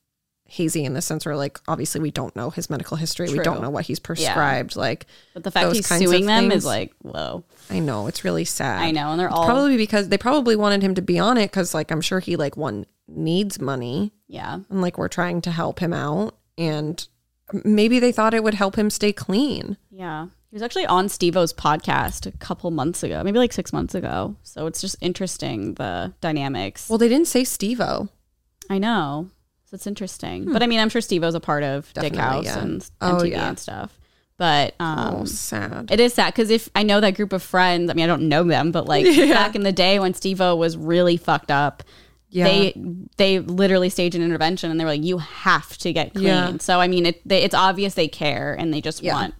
hazy in the sense where like obviously we don't know his medical history, we
True.
don't know what he's prescribed. Like
But the fact
those
he's
kinds of
suing them
things.
is like, whoa.
I know it's really sad.
I know. And they're all,
probably because they probably wanted him to be on it because like I'm sure he like one needs money
yeah.
and like we're trying to help him out and maybe they thought it would help him stay clean.
Yeah. He was actually on Steve O's podcast a couple months ago, maybe like six months ago. So it's just interesting the dynamics.
Well, they didn't say Stevo.
I know. So it's interesting. But I mean, I'm sure Steve O's a part of Dick
Hmm. Definitely,
House
yeah.
and
Oh,
MTV
yeah.
and stuff. But um,
oh, sad.
It is sad because if I know that group of friends, I mean, I don't know them, but like back in the day when Steve O was really fucked up,
Yeah.
they they literally staged an intervention and they were like, you have to get clean.
Yeah.
So, I mean, it, they, it's obvious they care and they just
Yeah.
want,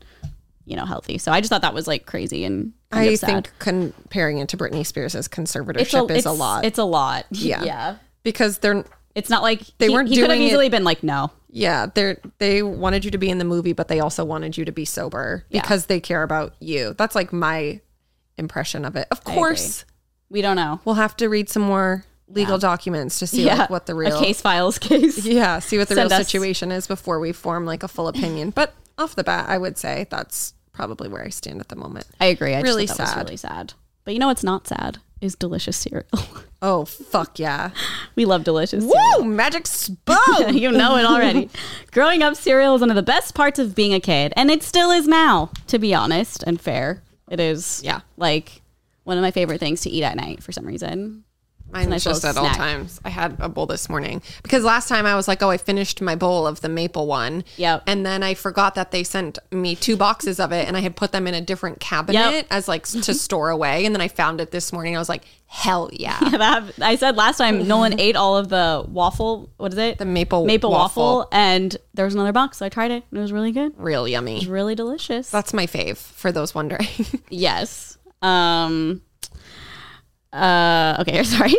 you know, healthy. So I just thought that was like crazy and kind
I
of sad.
think comparing it to Britney Spears' conservatorship is a
it's-
lot
It's a lot.
Yeah.
yeah.
because they're
It's not like
They
he,
weren't
he could have
doing it-
easily been like, no.
Yeah, they they wanted you to be in the movie, but they also wanted you to be sober
Yeah.
because they care about you. That's like my impression of it. Of
agree.
course,
We don't know.
we'll have to read some more legal documents to see like what the real
A case files case.
yeah see what the
Send
real
us.
situation is before we form like a full opinion. But off the bat, I would say that's probably where I stand at the moment.
I agree. I
Really
really just thought that
sad.
was really sad. But you know what's not sad is delicious cereal.
Oh fuck yeah!
We love delicious.
Woo, magic spoon.
cereal. you know it already. Growing up cereal is one of the best parts of being a kid, and it still is now, to be honest and fair. It is
Yeah.
like one of my favorite things to eat at night for some reason.
Mine's
nice
just at
little
all
snack.
times. I had a bowl this morning because last time I was like, oh, I finished my bowl of the maple one.
Yep.
And then I forgot that they sent me two boxes of it and I had put them in a different cabinet
Yep.
as like to store away. And then I found it this morning. I was like, hell yeah.
That- I said last time Nolan ate all of the waffle. What is it? The
maple
maple waffle,
waffle.
and there was another box. So I tried it, and it was really good,
Real yummy.
really delicious.
That's my fave for those wondering.
Yes. Um uh okay, sorry.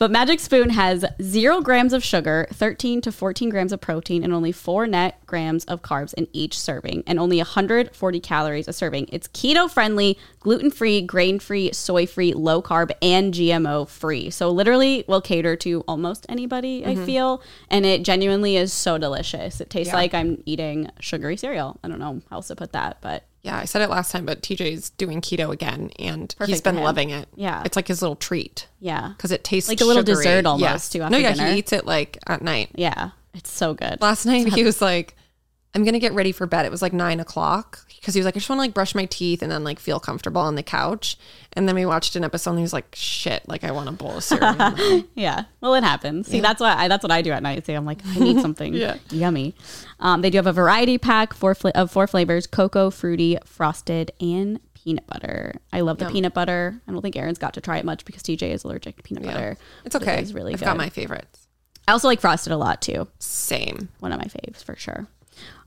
But Magic Spoon has 0 grams of sugar, 13 to 14 grams of protein and only 4 net grams of carbs in each serving and only 140 calories a serving. It's keto friendly, gluten-free, grain-free, soy-free, low-carb and GMO-free. So literally will cater to almost anybody, I feel, and it genuinely is so delicious. It tastes like I'm eating sugary cereal. I don't know how else to put that, but
yeah, I said it last time, but TJ's doing keto again and he's
Perfect for
been
him.
loving it.
Yeah.
It's like his little treat.
yeah.
Because it tastes
Like a little
sugary.
dessert almost, too, after
no, yeah,
dinner.
he eats it like at night.
Yeah, it's so good.
last night he was like i'm gonna get ready for bed it was like nine o'clock because he was like i just want to like brush my teeth and then like feel comfortable on the couch and then we watched an episode and he was like shit like i want a bowl of cereal now."
Yeah. Well, it happens. See, that's what I, that's what I do at night. See, I'm like, I need something
Yeah.
yummy. Um, they do have a variety pack four fla- of four flavors: cocoa, fruity, frosted, and peanut butter. I love the peanut butter. I don't think Aaron's got to try it much because TJ is allergic to peanut butter.
it's
but
okay
It is really
i've
good.
got my favorites
I also like frosted a lot too.
same
one of my faves for sure.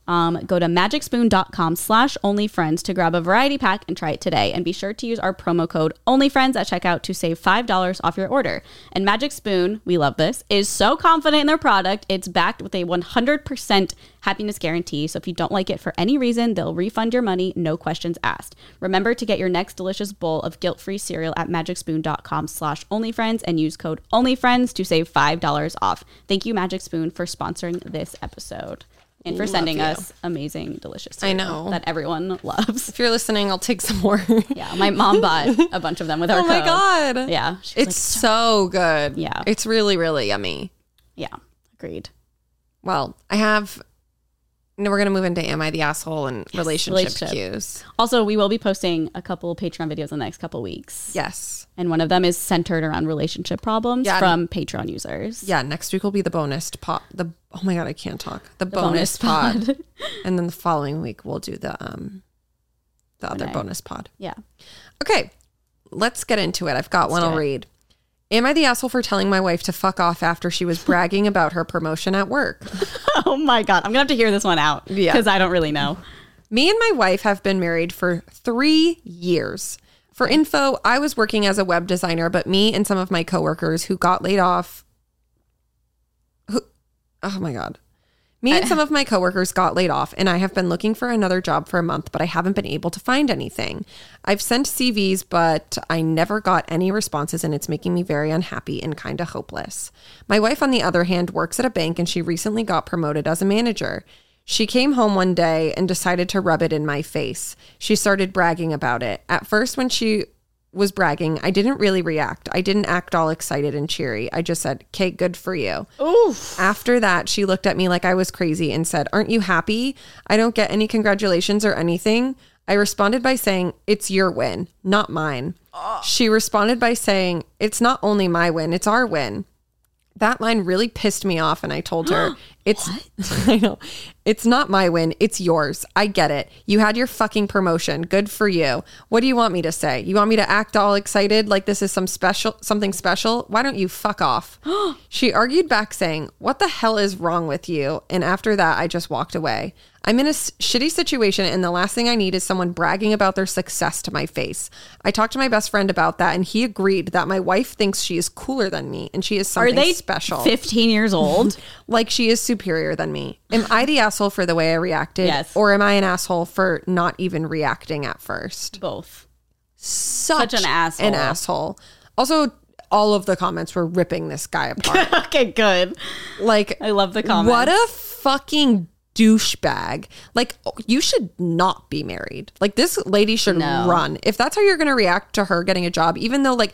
Um, go to magicspoon.com slash onlyfriends to grab a variety pack and try it today. And be sure to use our promo code onlyfriends at checkout to save $5 off your order. And Magic Spoon, we love this, is so confident in their product. It's backed with a 100% happiness guarantee. So if you don't like it for any reason, they'll refund your money, no questions asked. Remember to get your next delicious bowl of guilt-free cereal at magicspoon.com slash onlyfriends and use code onlyfriends to save $5 off. Thank you, Magic Spoon, for sponsoring this episode and for sending
you.
us amazing, delicious cereal
know.
that everyone loves.
if you're listening i'll take some more
Yeah, my mom bought a bunch of them with her
oh my
code.
god
Yeah, she was
it's so good
Yeah.
it's really really yummy
like, yeah, agreed.
well i have no, we're gonna move into am i the asshole and relationship,
relationship.
cues
Also, we will be posting a couple Patreon videos in the next couple weeks.
yes
And one of them is centered around relationship problems
Yeah.
from Patreon users.
Yeah, next week will be the bonus pot. The oh my god, I can't talk. The,
bonus
bonus, pod, and then the following week we'll do the um the other
Renee.
bonus pod.
Yeah.
Okay, let's get into it. I've got one.
do
I'll
it.
read. Am I the asshole for telling my wife to fuck off after she was bragging about her promotion at work?
Oh my god, I'm gonna have to hear this one out
Yeah.
because I don't really know.
Me and my wife have been married for three years. For info, I was working as a web designer, but me and some of my coworkers who got laid off. Who, oh my God. Me and some of my coworkers got laid off, and I have been looking for another job for a month, but I haven't been able to find anything. I've sent CVs, but I never got any responses, and it's making me very unhappy and kind of hopeless. My wife, on the other hand, works at a bank, and she recently got promoted as a manager. She came home one day and decided to rub it in my face. She started bragging about it. At first, when she was bragging, I didn't really react. I didn't act all excited and cheery. I just said, Okay, good for you. After that, she looked at me like I was crazy and said, Aren't you happy? I don't get any congratulations or anything. I responded by saying, It's your win, not mine. She responded by saying, It's not only my win, it's our win. That line really pissed me off, and I told her, "It's I know, it's not my win. It's yours. I get it. You had your fucking promotion. Good for you. What do you want me to say? You want me to act all excited like this is some special, something special? Why don't you fuck off?" she argued back, saying, "What the hell is wrong with you?" And after that, I just walked away. I'm in a s- shitty situation, and the last thing I need is someone bragging about their success to my face. I talked to my best friend about that, and he agreed that my wife thinks she is cooler than me, and she is
Are
something
they
special,
15 years old?
like she is superior than me. Am I the asshole for the way I reacted,
Yes.
or am I an asshole for not even reacting at first?
Both.
Such,
an asshole.
An asshole. Also, all of the comments were ripping this guy apart.
okay, good.
like
I love the comments.
What a fucking douchebag. Like you should not be married. Like this lady should run. If that's how you're going to react to her getting a job even though like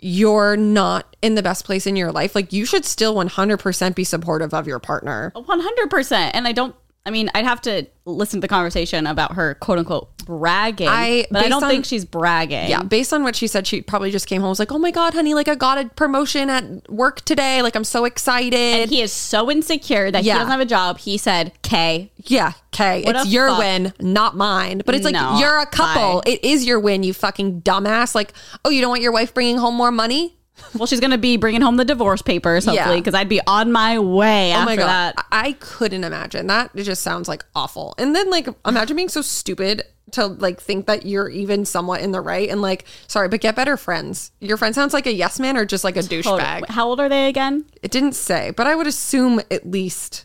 you're not in the best place in your life, like you should still 100% be supportive of your partner.
100%. And I don't I mean, I'd have to listen to the conversation about her quote unquote bragging,
I-
but I
based
don't
on-
think she's bragging.
Yeah, based on what she said, she probably just came home was like, "Oh my god, honey, like I got a promotion at work today. Like I'm so excited."
And he is so insecure that
Yeah.
he doesn't have a job. He said, K,
yeah, okay,
What
it's
a
your
fuck.
win, not mine. But it's like
No,
you're a couple. It is your win, you fucking dumbass. Like, oh, you don't want your wife bringing home more money?
well, she's going to be bringing home the divorce papers,
Yeah.
hopefully, because I'd be on my way
Oh
after
my god,
that.
I I couldn't imagine that. It just sounds like awful. And then like imagine being so stupid to like think that you're even somewhat in the right and like sorry, but get better friends. Your friend sounds like a yes man or just like a
Hold-
douchebag.
How old are they again?
It didn't say, but I would assume at least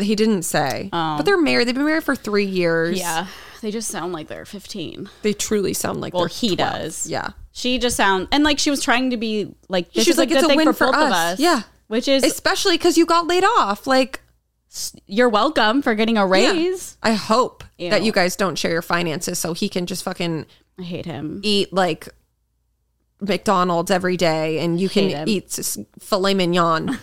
he didn't say.
Oh.
But they're married. They've been married for three years.
Yeah. They just sound like they're 15.
they truly sound like.
Well,
they're
he
12.
does.
Yeah,
She just sound and like she was trying to be like, this
She's
is a
like,
good
"It's a
thing
win
for,
for
both of
us."
us.
Yeah.
Which is,
especially because you got laid off. Like,
you're welcome for getting a
yeah.
raise.
I hope that
Ew.
you guys don't share your finances so he can just fucking
I hate him.
eat like McDonald's every day, and you
Hate him.
can eat s- filet mignon.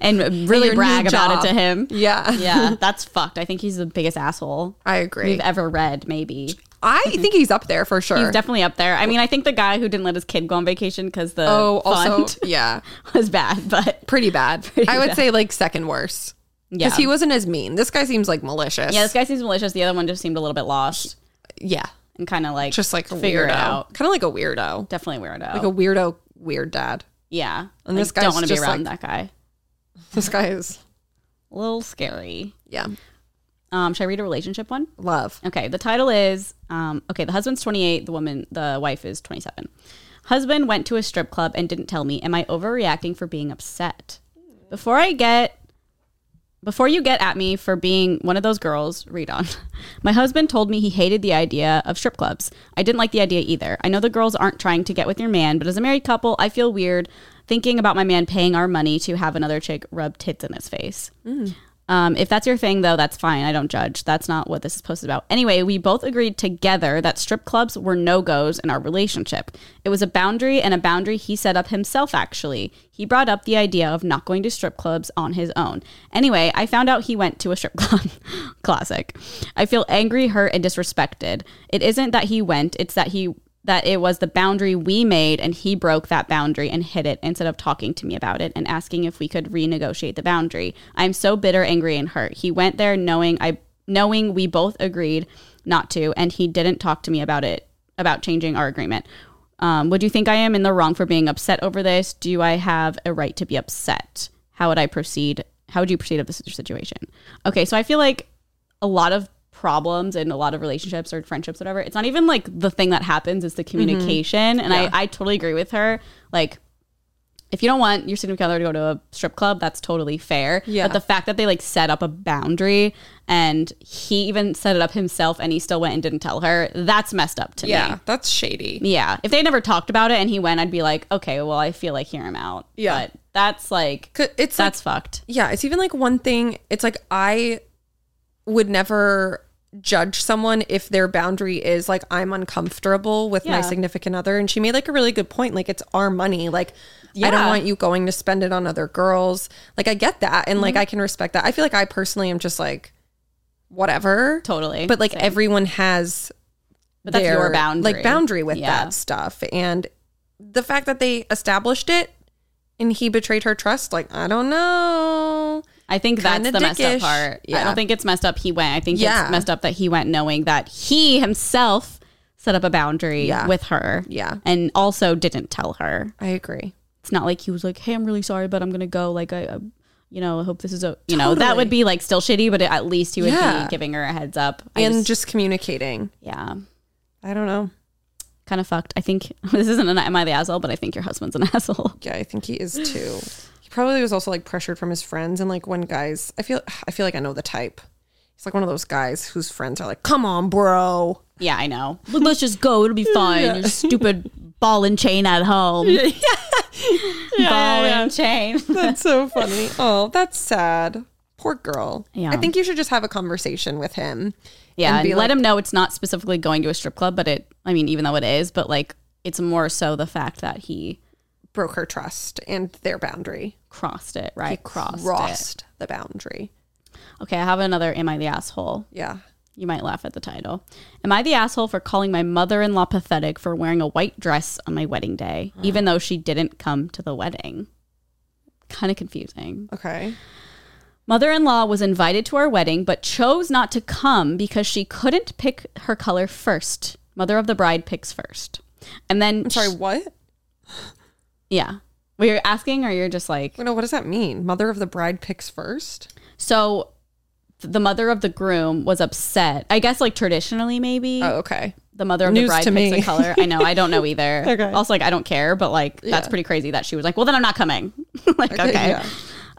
And really
Your new
brag about it
job.
to him.
Yeah,
Yeah. that's fucked. I think he's the biggest asshole
I agree.
we've ever read, maybe.
I think he's up there for sure.
He's definitely up there. I mean, I think the guy who didn't let his kid go on vacation because the
oh, also,
fund
yeah.
was bad, but
pretty bad. I would
bad.
say like second worst.
yeah.
Because he wasn't as mean. This guy seems like malicious.
yeah, this guy seems malicious. The other one just seemed a little bit lost
Yeah.
and kind of like
Just like a
figure
weirdo.
it out.
Kind of like a weirdo.
Definitely weirdo.
Like a weirdo weird dad.
yeah,
And
I
this
don't
guy's
want to be
just
around that
like-
guy.
This guy is
A little scary.
yeah.
Um, should I read a relationship one?
Love.
Okay, the title is um, okay. The husband's twenty eight. The woman, the wife is twenty seven. Husband went to a strip club and didn't tell me. Am I overreacting for being upset? Before I get, before you get at me for being one of those girls, read on. My husband told me he hated the idea of strip clubs. I didn't like the idea either. I know the girls aren't trying to get with your man, but as a married couple, I feel weird thinking about my man paying our money to have another chick rub tits in his face. Um, if that's your thing, though, that's fine. I don't judge. That's not what this is posted about. Anyway, we both agreed together that strip clubs were no goes in our relationship. It was a boundary and a boundary he set up himself, actually. He brought up the idea of not going to strip clubs on his own. Anyway, I found out he went to a strip club. Classic. I feel angry, hurt, and disrespected. It isn't that he went, it's that he that it was the boundary we made and he broke that boundary and hit it instead of talking to me about it and asking if we could renegotiate the boundary. I'm so bitter, angry and hurt. He went there knowing I knowing we both agreed not to and he didn't talk to me about it about changing our agreement. Um, would you think I am in the wrong for being upset over this? Do I have a right to be upset? How would I proceed? How would you proceed of this situation? Okay, so I feel like a lot of problems in a lot of relationships or friendships, whatever, it's not even like the thing that happens, it's the
Mm-hmm.
communication. And I, I totally agree with her. Like, if you don't want your significant other to go to a strip club, that's totally fair.
Yeah.
But the fact that they like set up a boundary and he even set it up himself and he still went and didn't tell her, that's messed up to
Yeah. That's shady.
me. Yeah. If they never talked about it and he went, I'd be like, okay, well, I feel like hear him out.
Yeah.
But that's like,
'Cause It's like
that's fucked.
yeah, it's even like one thing, it's like I would never judge someone if their boundary is like I'm uncomfortable with my
Yeah.
significant other and she made like a really good point like it's our money like I don't
Yeah.
want you going to spend it on other girls like I get that and like
Mm-hmm.
I can respect that I feel like I personally am just like whatever
Totally.
but like
Same.
everyone has
But that's your boundary.
like boundary with
Yeah.
that stuff and the fact that they established it and he betrayed her trust like I don't know
I think
Kinda
that's the messed
dickish.
up part.
Yeah.
I don't think it's messed up he went. I think
Yeah.
it's messed up that he went knowing that he himself set up a boundary
Yeah.
with her.
Yeah.
And also didn't tell her.
I agree.
It's not like he was like, "Hey, I'm really sorry, but I'm going to go like I, I you know, I hope this is a, you know, that
Totally.
would be like still shitty, but at least he would
Yeah.
be giving her a heads up. I
and
just-
just, communicating.
yeah.
I don't know.
Kind of fucked. I think this isn't an am I the asshole, but I think your husband's an asshole.
Yeah, I think he is too. He probably was also like pressured from his friends and like when guys I feel I feel like I know the type. He's like one of those guys whose friends are like, Come on, bro.
Yeah, I know. But let's just go. It'll be fine. Your stupid ball and chain at home. ball and chain.
That's so funny. oh, that's sad. Poor girl.
Yeah.
I think you should just have a conversation with him.
Yeah, and,
be
let
like-
him know it's not specifically going to a strip club, but it. I mean, even though it is, but like it's more so the fact that he.
Broke her trust and their boundary.
crossed it, right?
crossed,
Crossed.
the boundary.
it. Okay, I have another Am I the Asshole?
Yeah.
You might laugh at the title. Am I the asshole for calling my mother in law pathetic for wearing a white dress on my wedding day, even though she didn't come to the wedding? Kind of confusing.
Okay.
Mother in law was invited to our wedding, but chose not to come because she couldn't pick her color first. Mother of the bride picks first. And then,
I'm sorry. What?
yeah. Were you asking, or you're just like,
Wait, No. What does that mean? Mother of the bride picks first.
so th- the mother of the groom was upset. I guess, like, traditionally, maybe.
Oh, okay.
the mother of
News
the bride
to
picks
me.
a color. I know, I don't know either.
Okay.
Also, like I don't care, but like that's
Yeah.
pretty crazy that she was like, well, then I'm not coming. like okay.
yeah.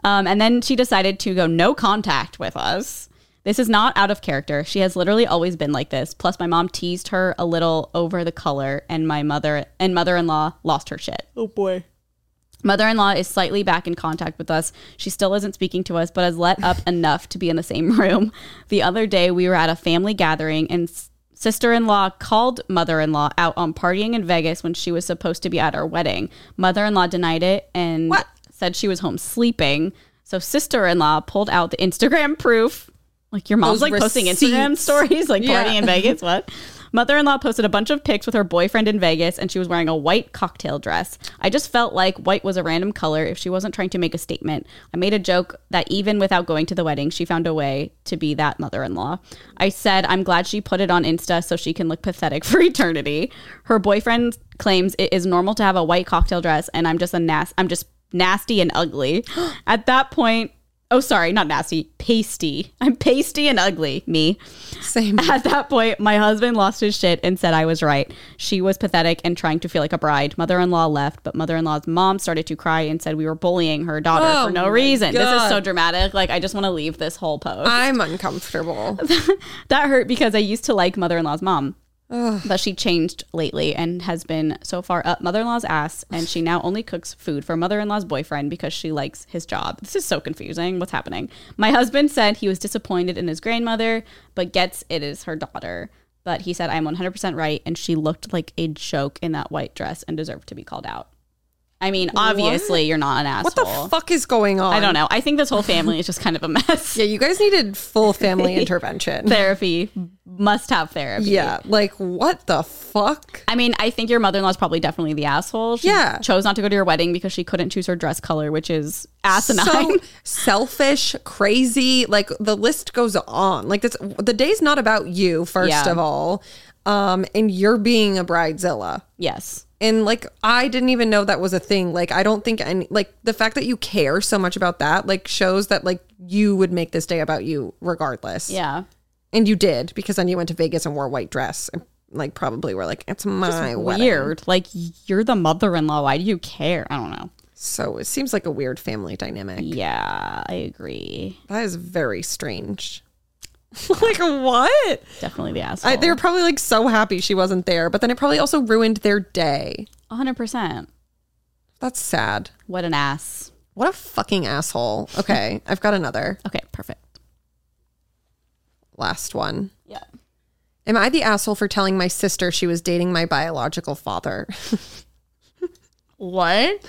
Um, and then she decided to go no contact with us. This is not out of character. She has literally always been like this. Plus, my mom teased her a little over the color, and my mother and mother-in-law lost her shit.
Oh boy.
Mother in law is slightly back in contact with us. She still isn't speaking to us, but has let up enough to be in the same room. The other day, we were at a family gathering, and sister in law called mother in law out on partying in Vegas when she was supposed to be at our wedding. Mother in law denied it and
What?
said she was home sleeping. So, sister in law pulled out the Instagram proof. Like, your mom's
Those
like posting Instagram
receipts.
stories, like
Yeah.
partying in Vegas. What? Mother in law posted a bunch of pics with her boyfriend in Vegas and she was wearing a white cocktail dress. I just felt like white was a random color if she wasn't trying to make a statement. I made a joke that even without going to the wedding, she found a way to be that mother in law. I said, I'm glad she put it on Insta so she can look pathetic for eternity. Her boyfriend claims it is normal to have a white cocktail dress and I'm just a nas- I'm just nasty and ugly. At that point, oh sorry, not nasty, pasty. I'm pasty and ugly, me.
Same.
At that point, my husband lost his shit and said I was right. She was pathetic and trying to feel like a bride. Mother in law left, but mother in law's mom started to cry and said we were bullying her daughter
Oh
for no
my
reason. This is
God.
so dramatic. Like, I just want to leave this whole post.
I'm uncomfortable.
that hurt because I used to like mother in law's mom. But she changed lately and has been so far up mother in law's ass. And she now only cooks food for mother in law's boyfriend because she likes his job. This is so confusing. What's happening? My husband said he was disappointed in his grandmother, but gets it is her daughter. But he said, I'm 100% right. And she looked like a joke in that white dress and deserved to be called out. I mean, obviously, you're not an asshole.
What the fuck is going on?
I don't know. I think this whole family is just kind of a mess.
Yeah, you guys needed full family intervention.
Therapy, must have therapy.
yeah. Like what the fuck?
I mean, I think your mother in law is probably definitely the asshole. She
Yeah.
chose not to go to your wedding because she couldn't choose her dress color, which is asinine.
So selfish, crazy. Like the list goes on. Like this, the day's not about you. First
Yeah.
of all, um, and you're being a bridezilla.
yes.
And like I didn't even know that was a thing. Like I don't think any like the fact that you care so much about that like shows that like you would make this day about you regardless.
Yeah.
And you did because then you went to Vegas and wore a white dress and like probably were like it's my wedding.
Weird. Like, you're the mother in law. Why do you care? I don't know.
So it seems like a weird family dynamic.
Yeah, I agree.
That is very strange. like what?
Definitely the asshole.
I, they were probably like so happy she wasn't there, but then it probably also ruined their day.
100%.
That's sad.
What an ass.
What a fucking asshole. Okay, I've got another
Okay, perfect.
last one.
Yeah.
Am I the asshole for telling my sister she was dating my biological father?
What?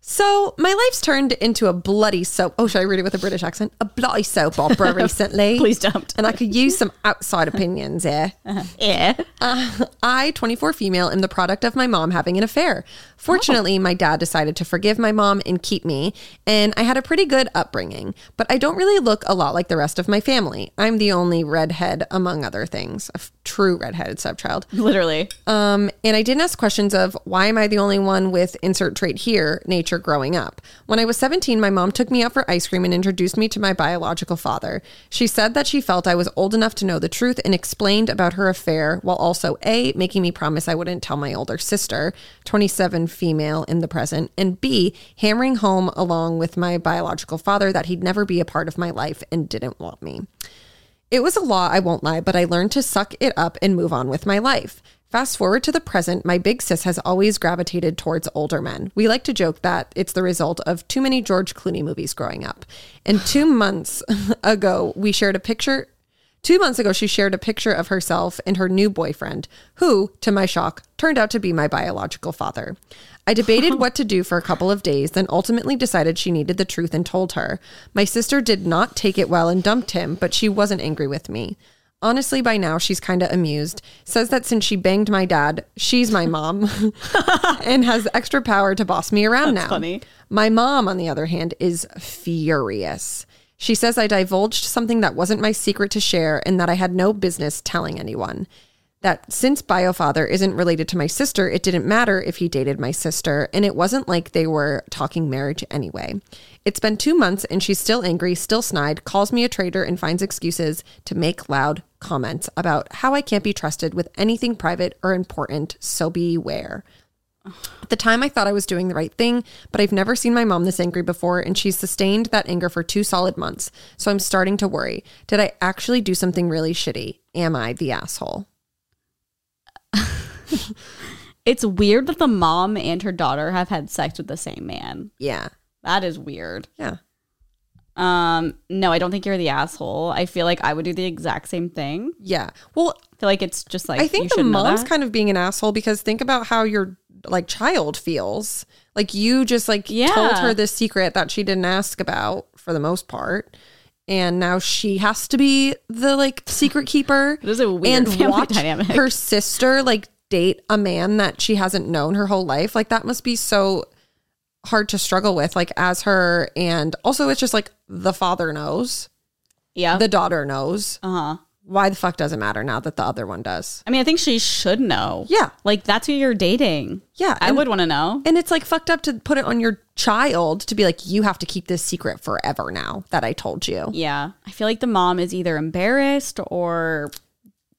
So my life's turned into a bloody soap. Oh, should I read it with a British accent? A bloody soap opera recently.
Please don't.
And I could use some outside opinions here.
Yeah.
Uh, I, 24 female, am the product of my mom having an affair. Fortunately, my dad decided to forgive my mom and keep me, and I had a pretty good upbringing, but I don't really look a lot like the rest of my family. I'm the only redhead, among other things, a f- true redheaded stepchild.
Literally.
Um, and I didn't ask questions of why am I the only one with insert trait here, nature growing up. When I was 17, my mom took me out for ice cream and introduced me to my biological father. She said that she felt I was old enough to know the truth and explained about her affair while also A, making me promise I wouldn't tell my older sister, 27 female in the present, and B, hammering home along with my biological father that he'd never be a part of my life and didn't want me. It was a law, I won't lie, but I learned to suck it up and move on with my life. Fast forward to the present, my big sis has always gravitated towards older men. We like to joke that it's the result of too many George Clooney movies growing up. And two months ago, we shared a picture. Two months ago, she shared a picture of herself and her new boyfriend, who, to my shock, turned out to be my biological father. I debated what to do for a couple of days, then ultimately decided she needed the truth and told her. My sister did not take it well and dumped him, but she wasn't angry with me. Honestly, by now she's kind of amused. Says that since she banged my dad, she's my mom and has extra power to boss me around now.
funny.
My mom, on the other hand, is furious. She says I divulged something that wasn't my secret to share and that I had no business telling anyone. That since Biofather isn't related to my sister, it didn't matter if he dated my sister, and it wasn't like they were talking marriage anyway. It's been two months and she's still angry, still snide, calls me a traitor, and finds excuses to make loud comments about how I can't be trusted with anything private or important, so beware. At the time, I thought I was doing the right thing, but I've never seen my mom this angry before, and she's sustained that anger for two solid months. So I'm starting to worry. Did I actually do something really shitty? Am I the asshole?
It's weird that the mom and her daughter have had sex with the same man.
Yeah.
That is weird.
Yeah.
Um, no, I don't think you're the asshole. I feel like I would do the exact same thing.
Yeah. Well,
I feel like it's just like
I
you
think the
should know
mom's
that.
kind of being an asshole because think about how your like child feels. Like you just like
Yeah.
told her this secret that she didn't ask about for the most part. And now she has to be the like secret keeper.
It is a weird
and
family
watch
dynamic.
her sister like date a man that she hasn't known her whole life. Like that must be so hard to struggle with, like as her and also it's just like the father knows,
yeah.
the daughter knows.
uh-huh.
Why the fuck does it matter now that the other one does?
I mean, I think she should know.
Yeah.
Like that's who you're dating.
Yeah.
I
and-
would want to know.
And it's like fucked up to put it on your child to be like, you have to keep this secret forever now that I told you.
Yeah. I feel like the mom is either embarrassed or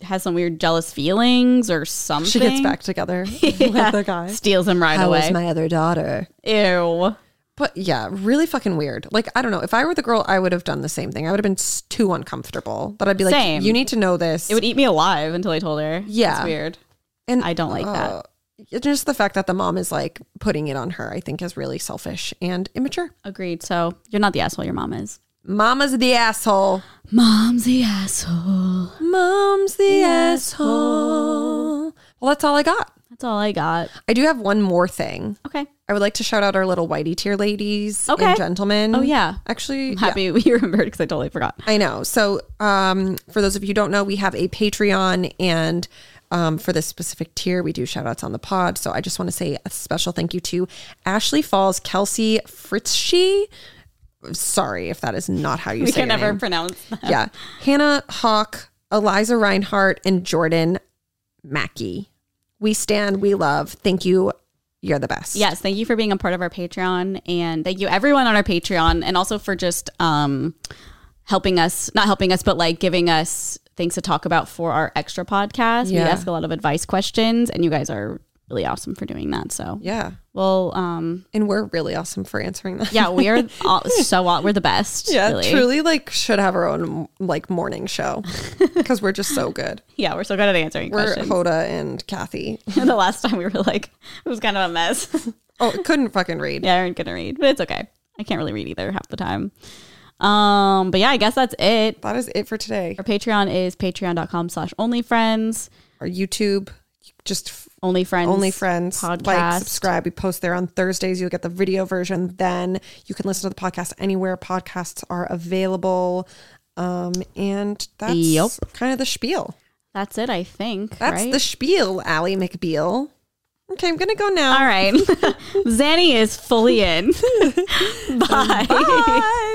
has some weird jealous feelings or something.
She gets back together with the guy.
Steals him right
How
away.
is my other daughter?
Ew.
But yeah, really fucking weird. Like, I don't know. If I were the girl, I would have done the same thing. I would have been s- too uncomfortable. But I'd be like,
Same.
you need to know this.
It would eat me alive until I told her.
Yeah.
It's weird.
and
I don't like that.
that. Just the fact that the mom is like putting it on her, I think is really selfish and immature.
Agreed. So you're not the asshole your mom is.
Mama's the asshole.
Mom's the asshole.
Mom's the, asshole. Well, that's all I got.
That's all I got.
I do have one more thing.
Okay.
I would like to shout out our little whitey tier ladies
Okay.
and gentlemen.
Oh, yeah. I'm
Actually, yeah,
happy we remembered because I totally forgot.
I know. So, um, for those of you who don't know, we have a Patreon, and um, for this specific tier, we do shout outs on the pod. So, I just want to say a special thank you to Ashley Falls, Kelsey Fritzsche. Sorry if that is not how you
We
say
can
your
never
name.
pronounce that.
Yeah. Hannah Hawk, Eliza Reinhardt, and Jordan Mackey. We stand, we love. Thank you. You're the best.
Yes, thank you for being a part of our Patreon and thank you everyone on our Patreon and also for just um helping us, not helping us but like giving us things to talk about for our extra podcast.
Yeah.
We ask a lot of advice questions and you guys are really awesome for doing that. So,
Yeah.
well, um
And we're really awesome for answering that.
yeah, we are all, so aw- we're the best.
Yeah,
really.
truly like should have our own like morning show because we're just so good.
Yeah, we're so good at answering
We're
questions.
Hoda and Kathy.
the last time we were like it was kind of a mess.
Oh, I couldn't fucking read.
yeah, I aren't gonna read, but it's okay. I can't really read either half the time. Um, but yeah, I guess that's it.
That is it for today.
Our Patreon is patreon.com slash onlyfriends.
Our YouTube, just f-
Only friends.
only friends. Like,
podcast.
subscribe. We post there on Thursdays. You'll get the video version. Then you can listen to the podcast anywhere podcasts are available. Um, and that's
Yep.
kind of the spiel.
That's it, I think.
That's
right?
the spiel, Allie McBeal. Okay, I'm gonna go now.
All right. Zanny is fully in. Bye.
Bye.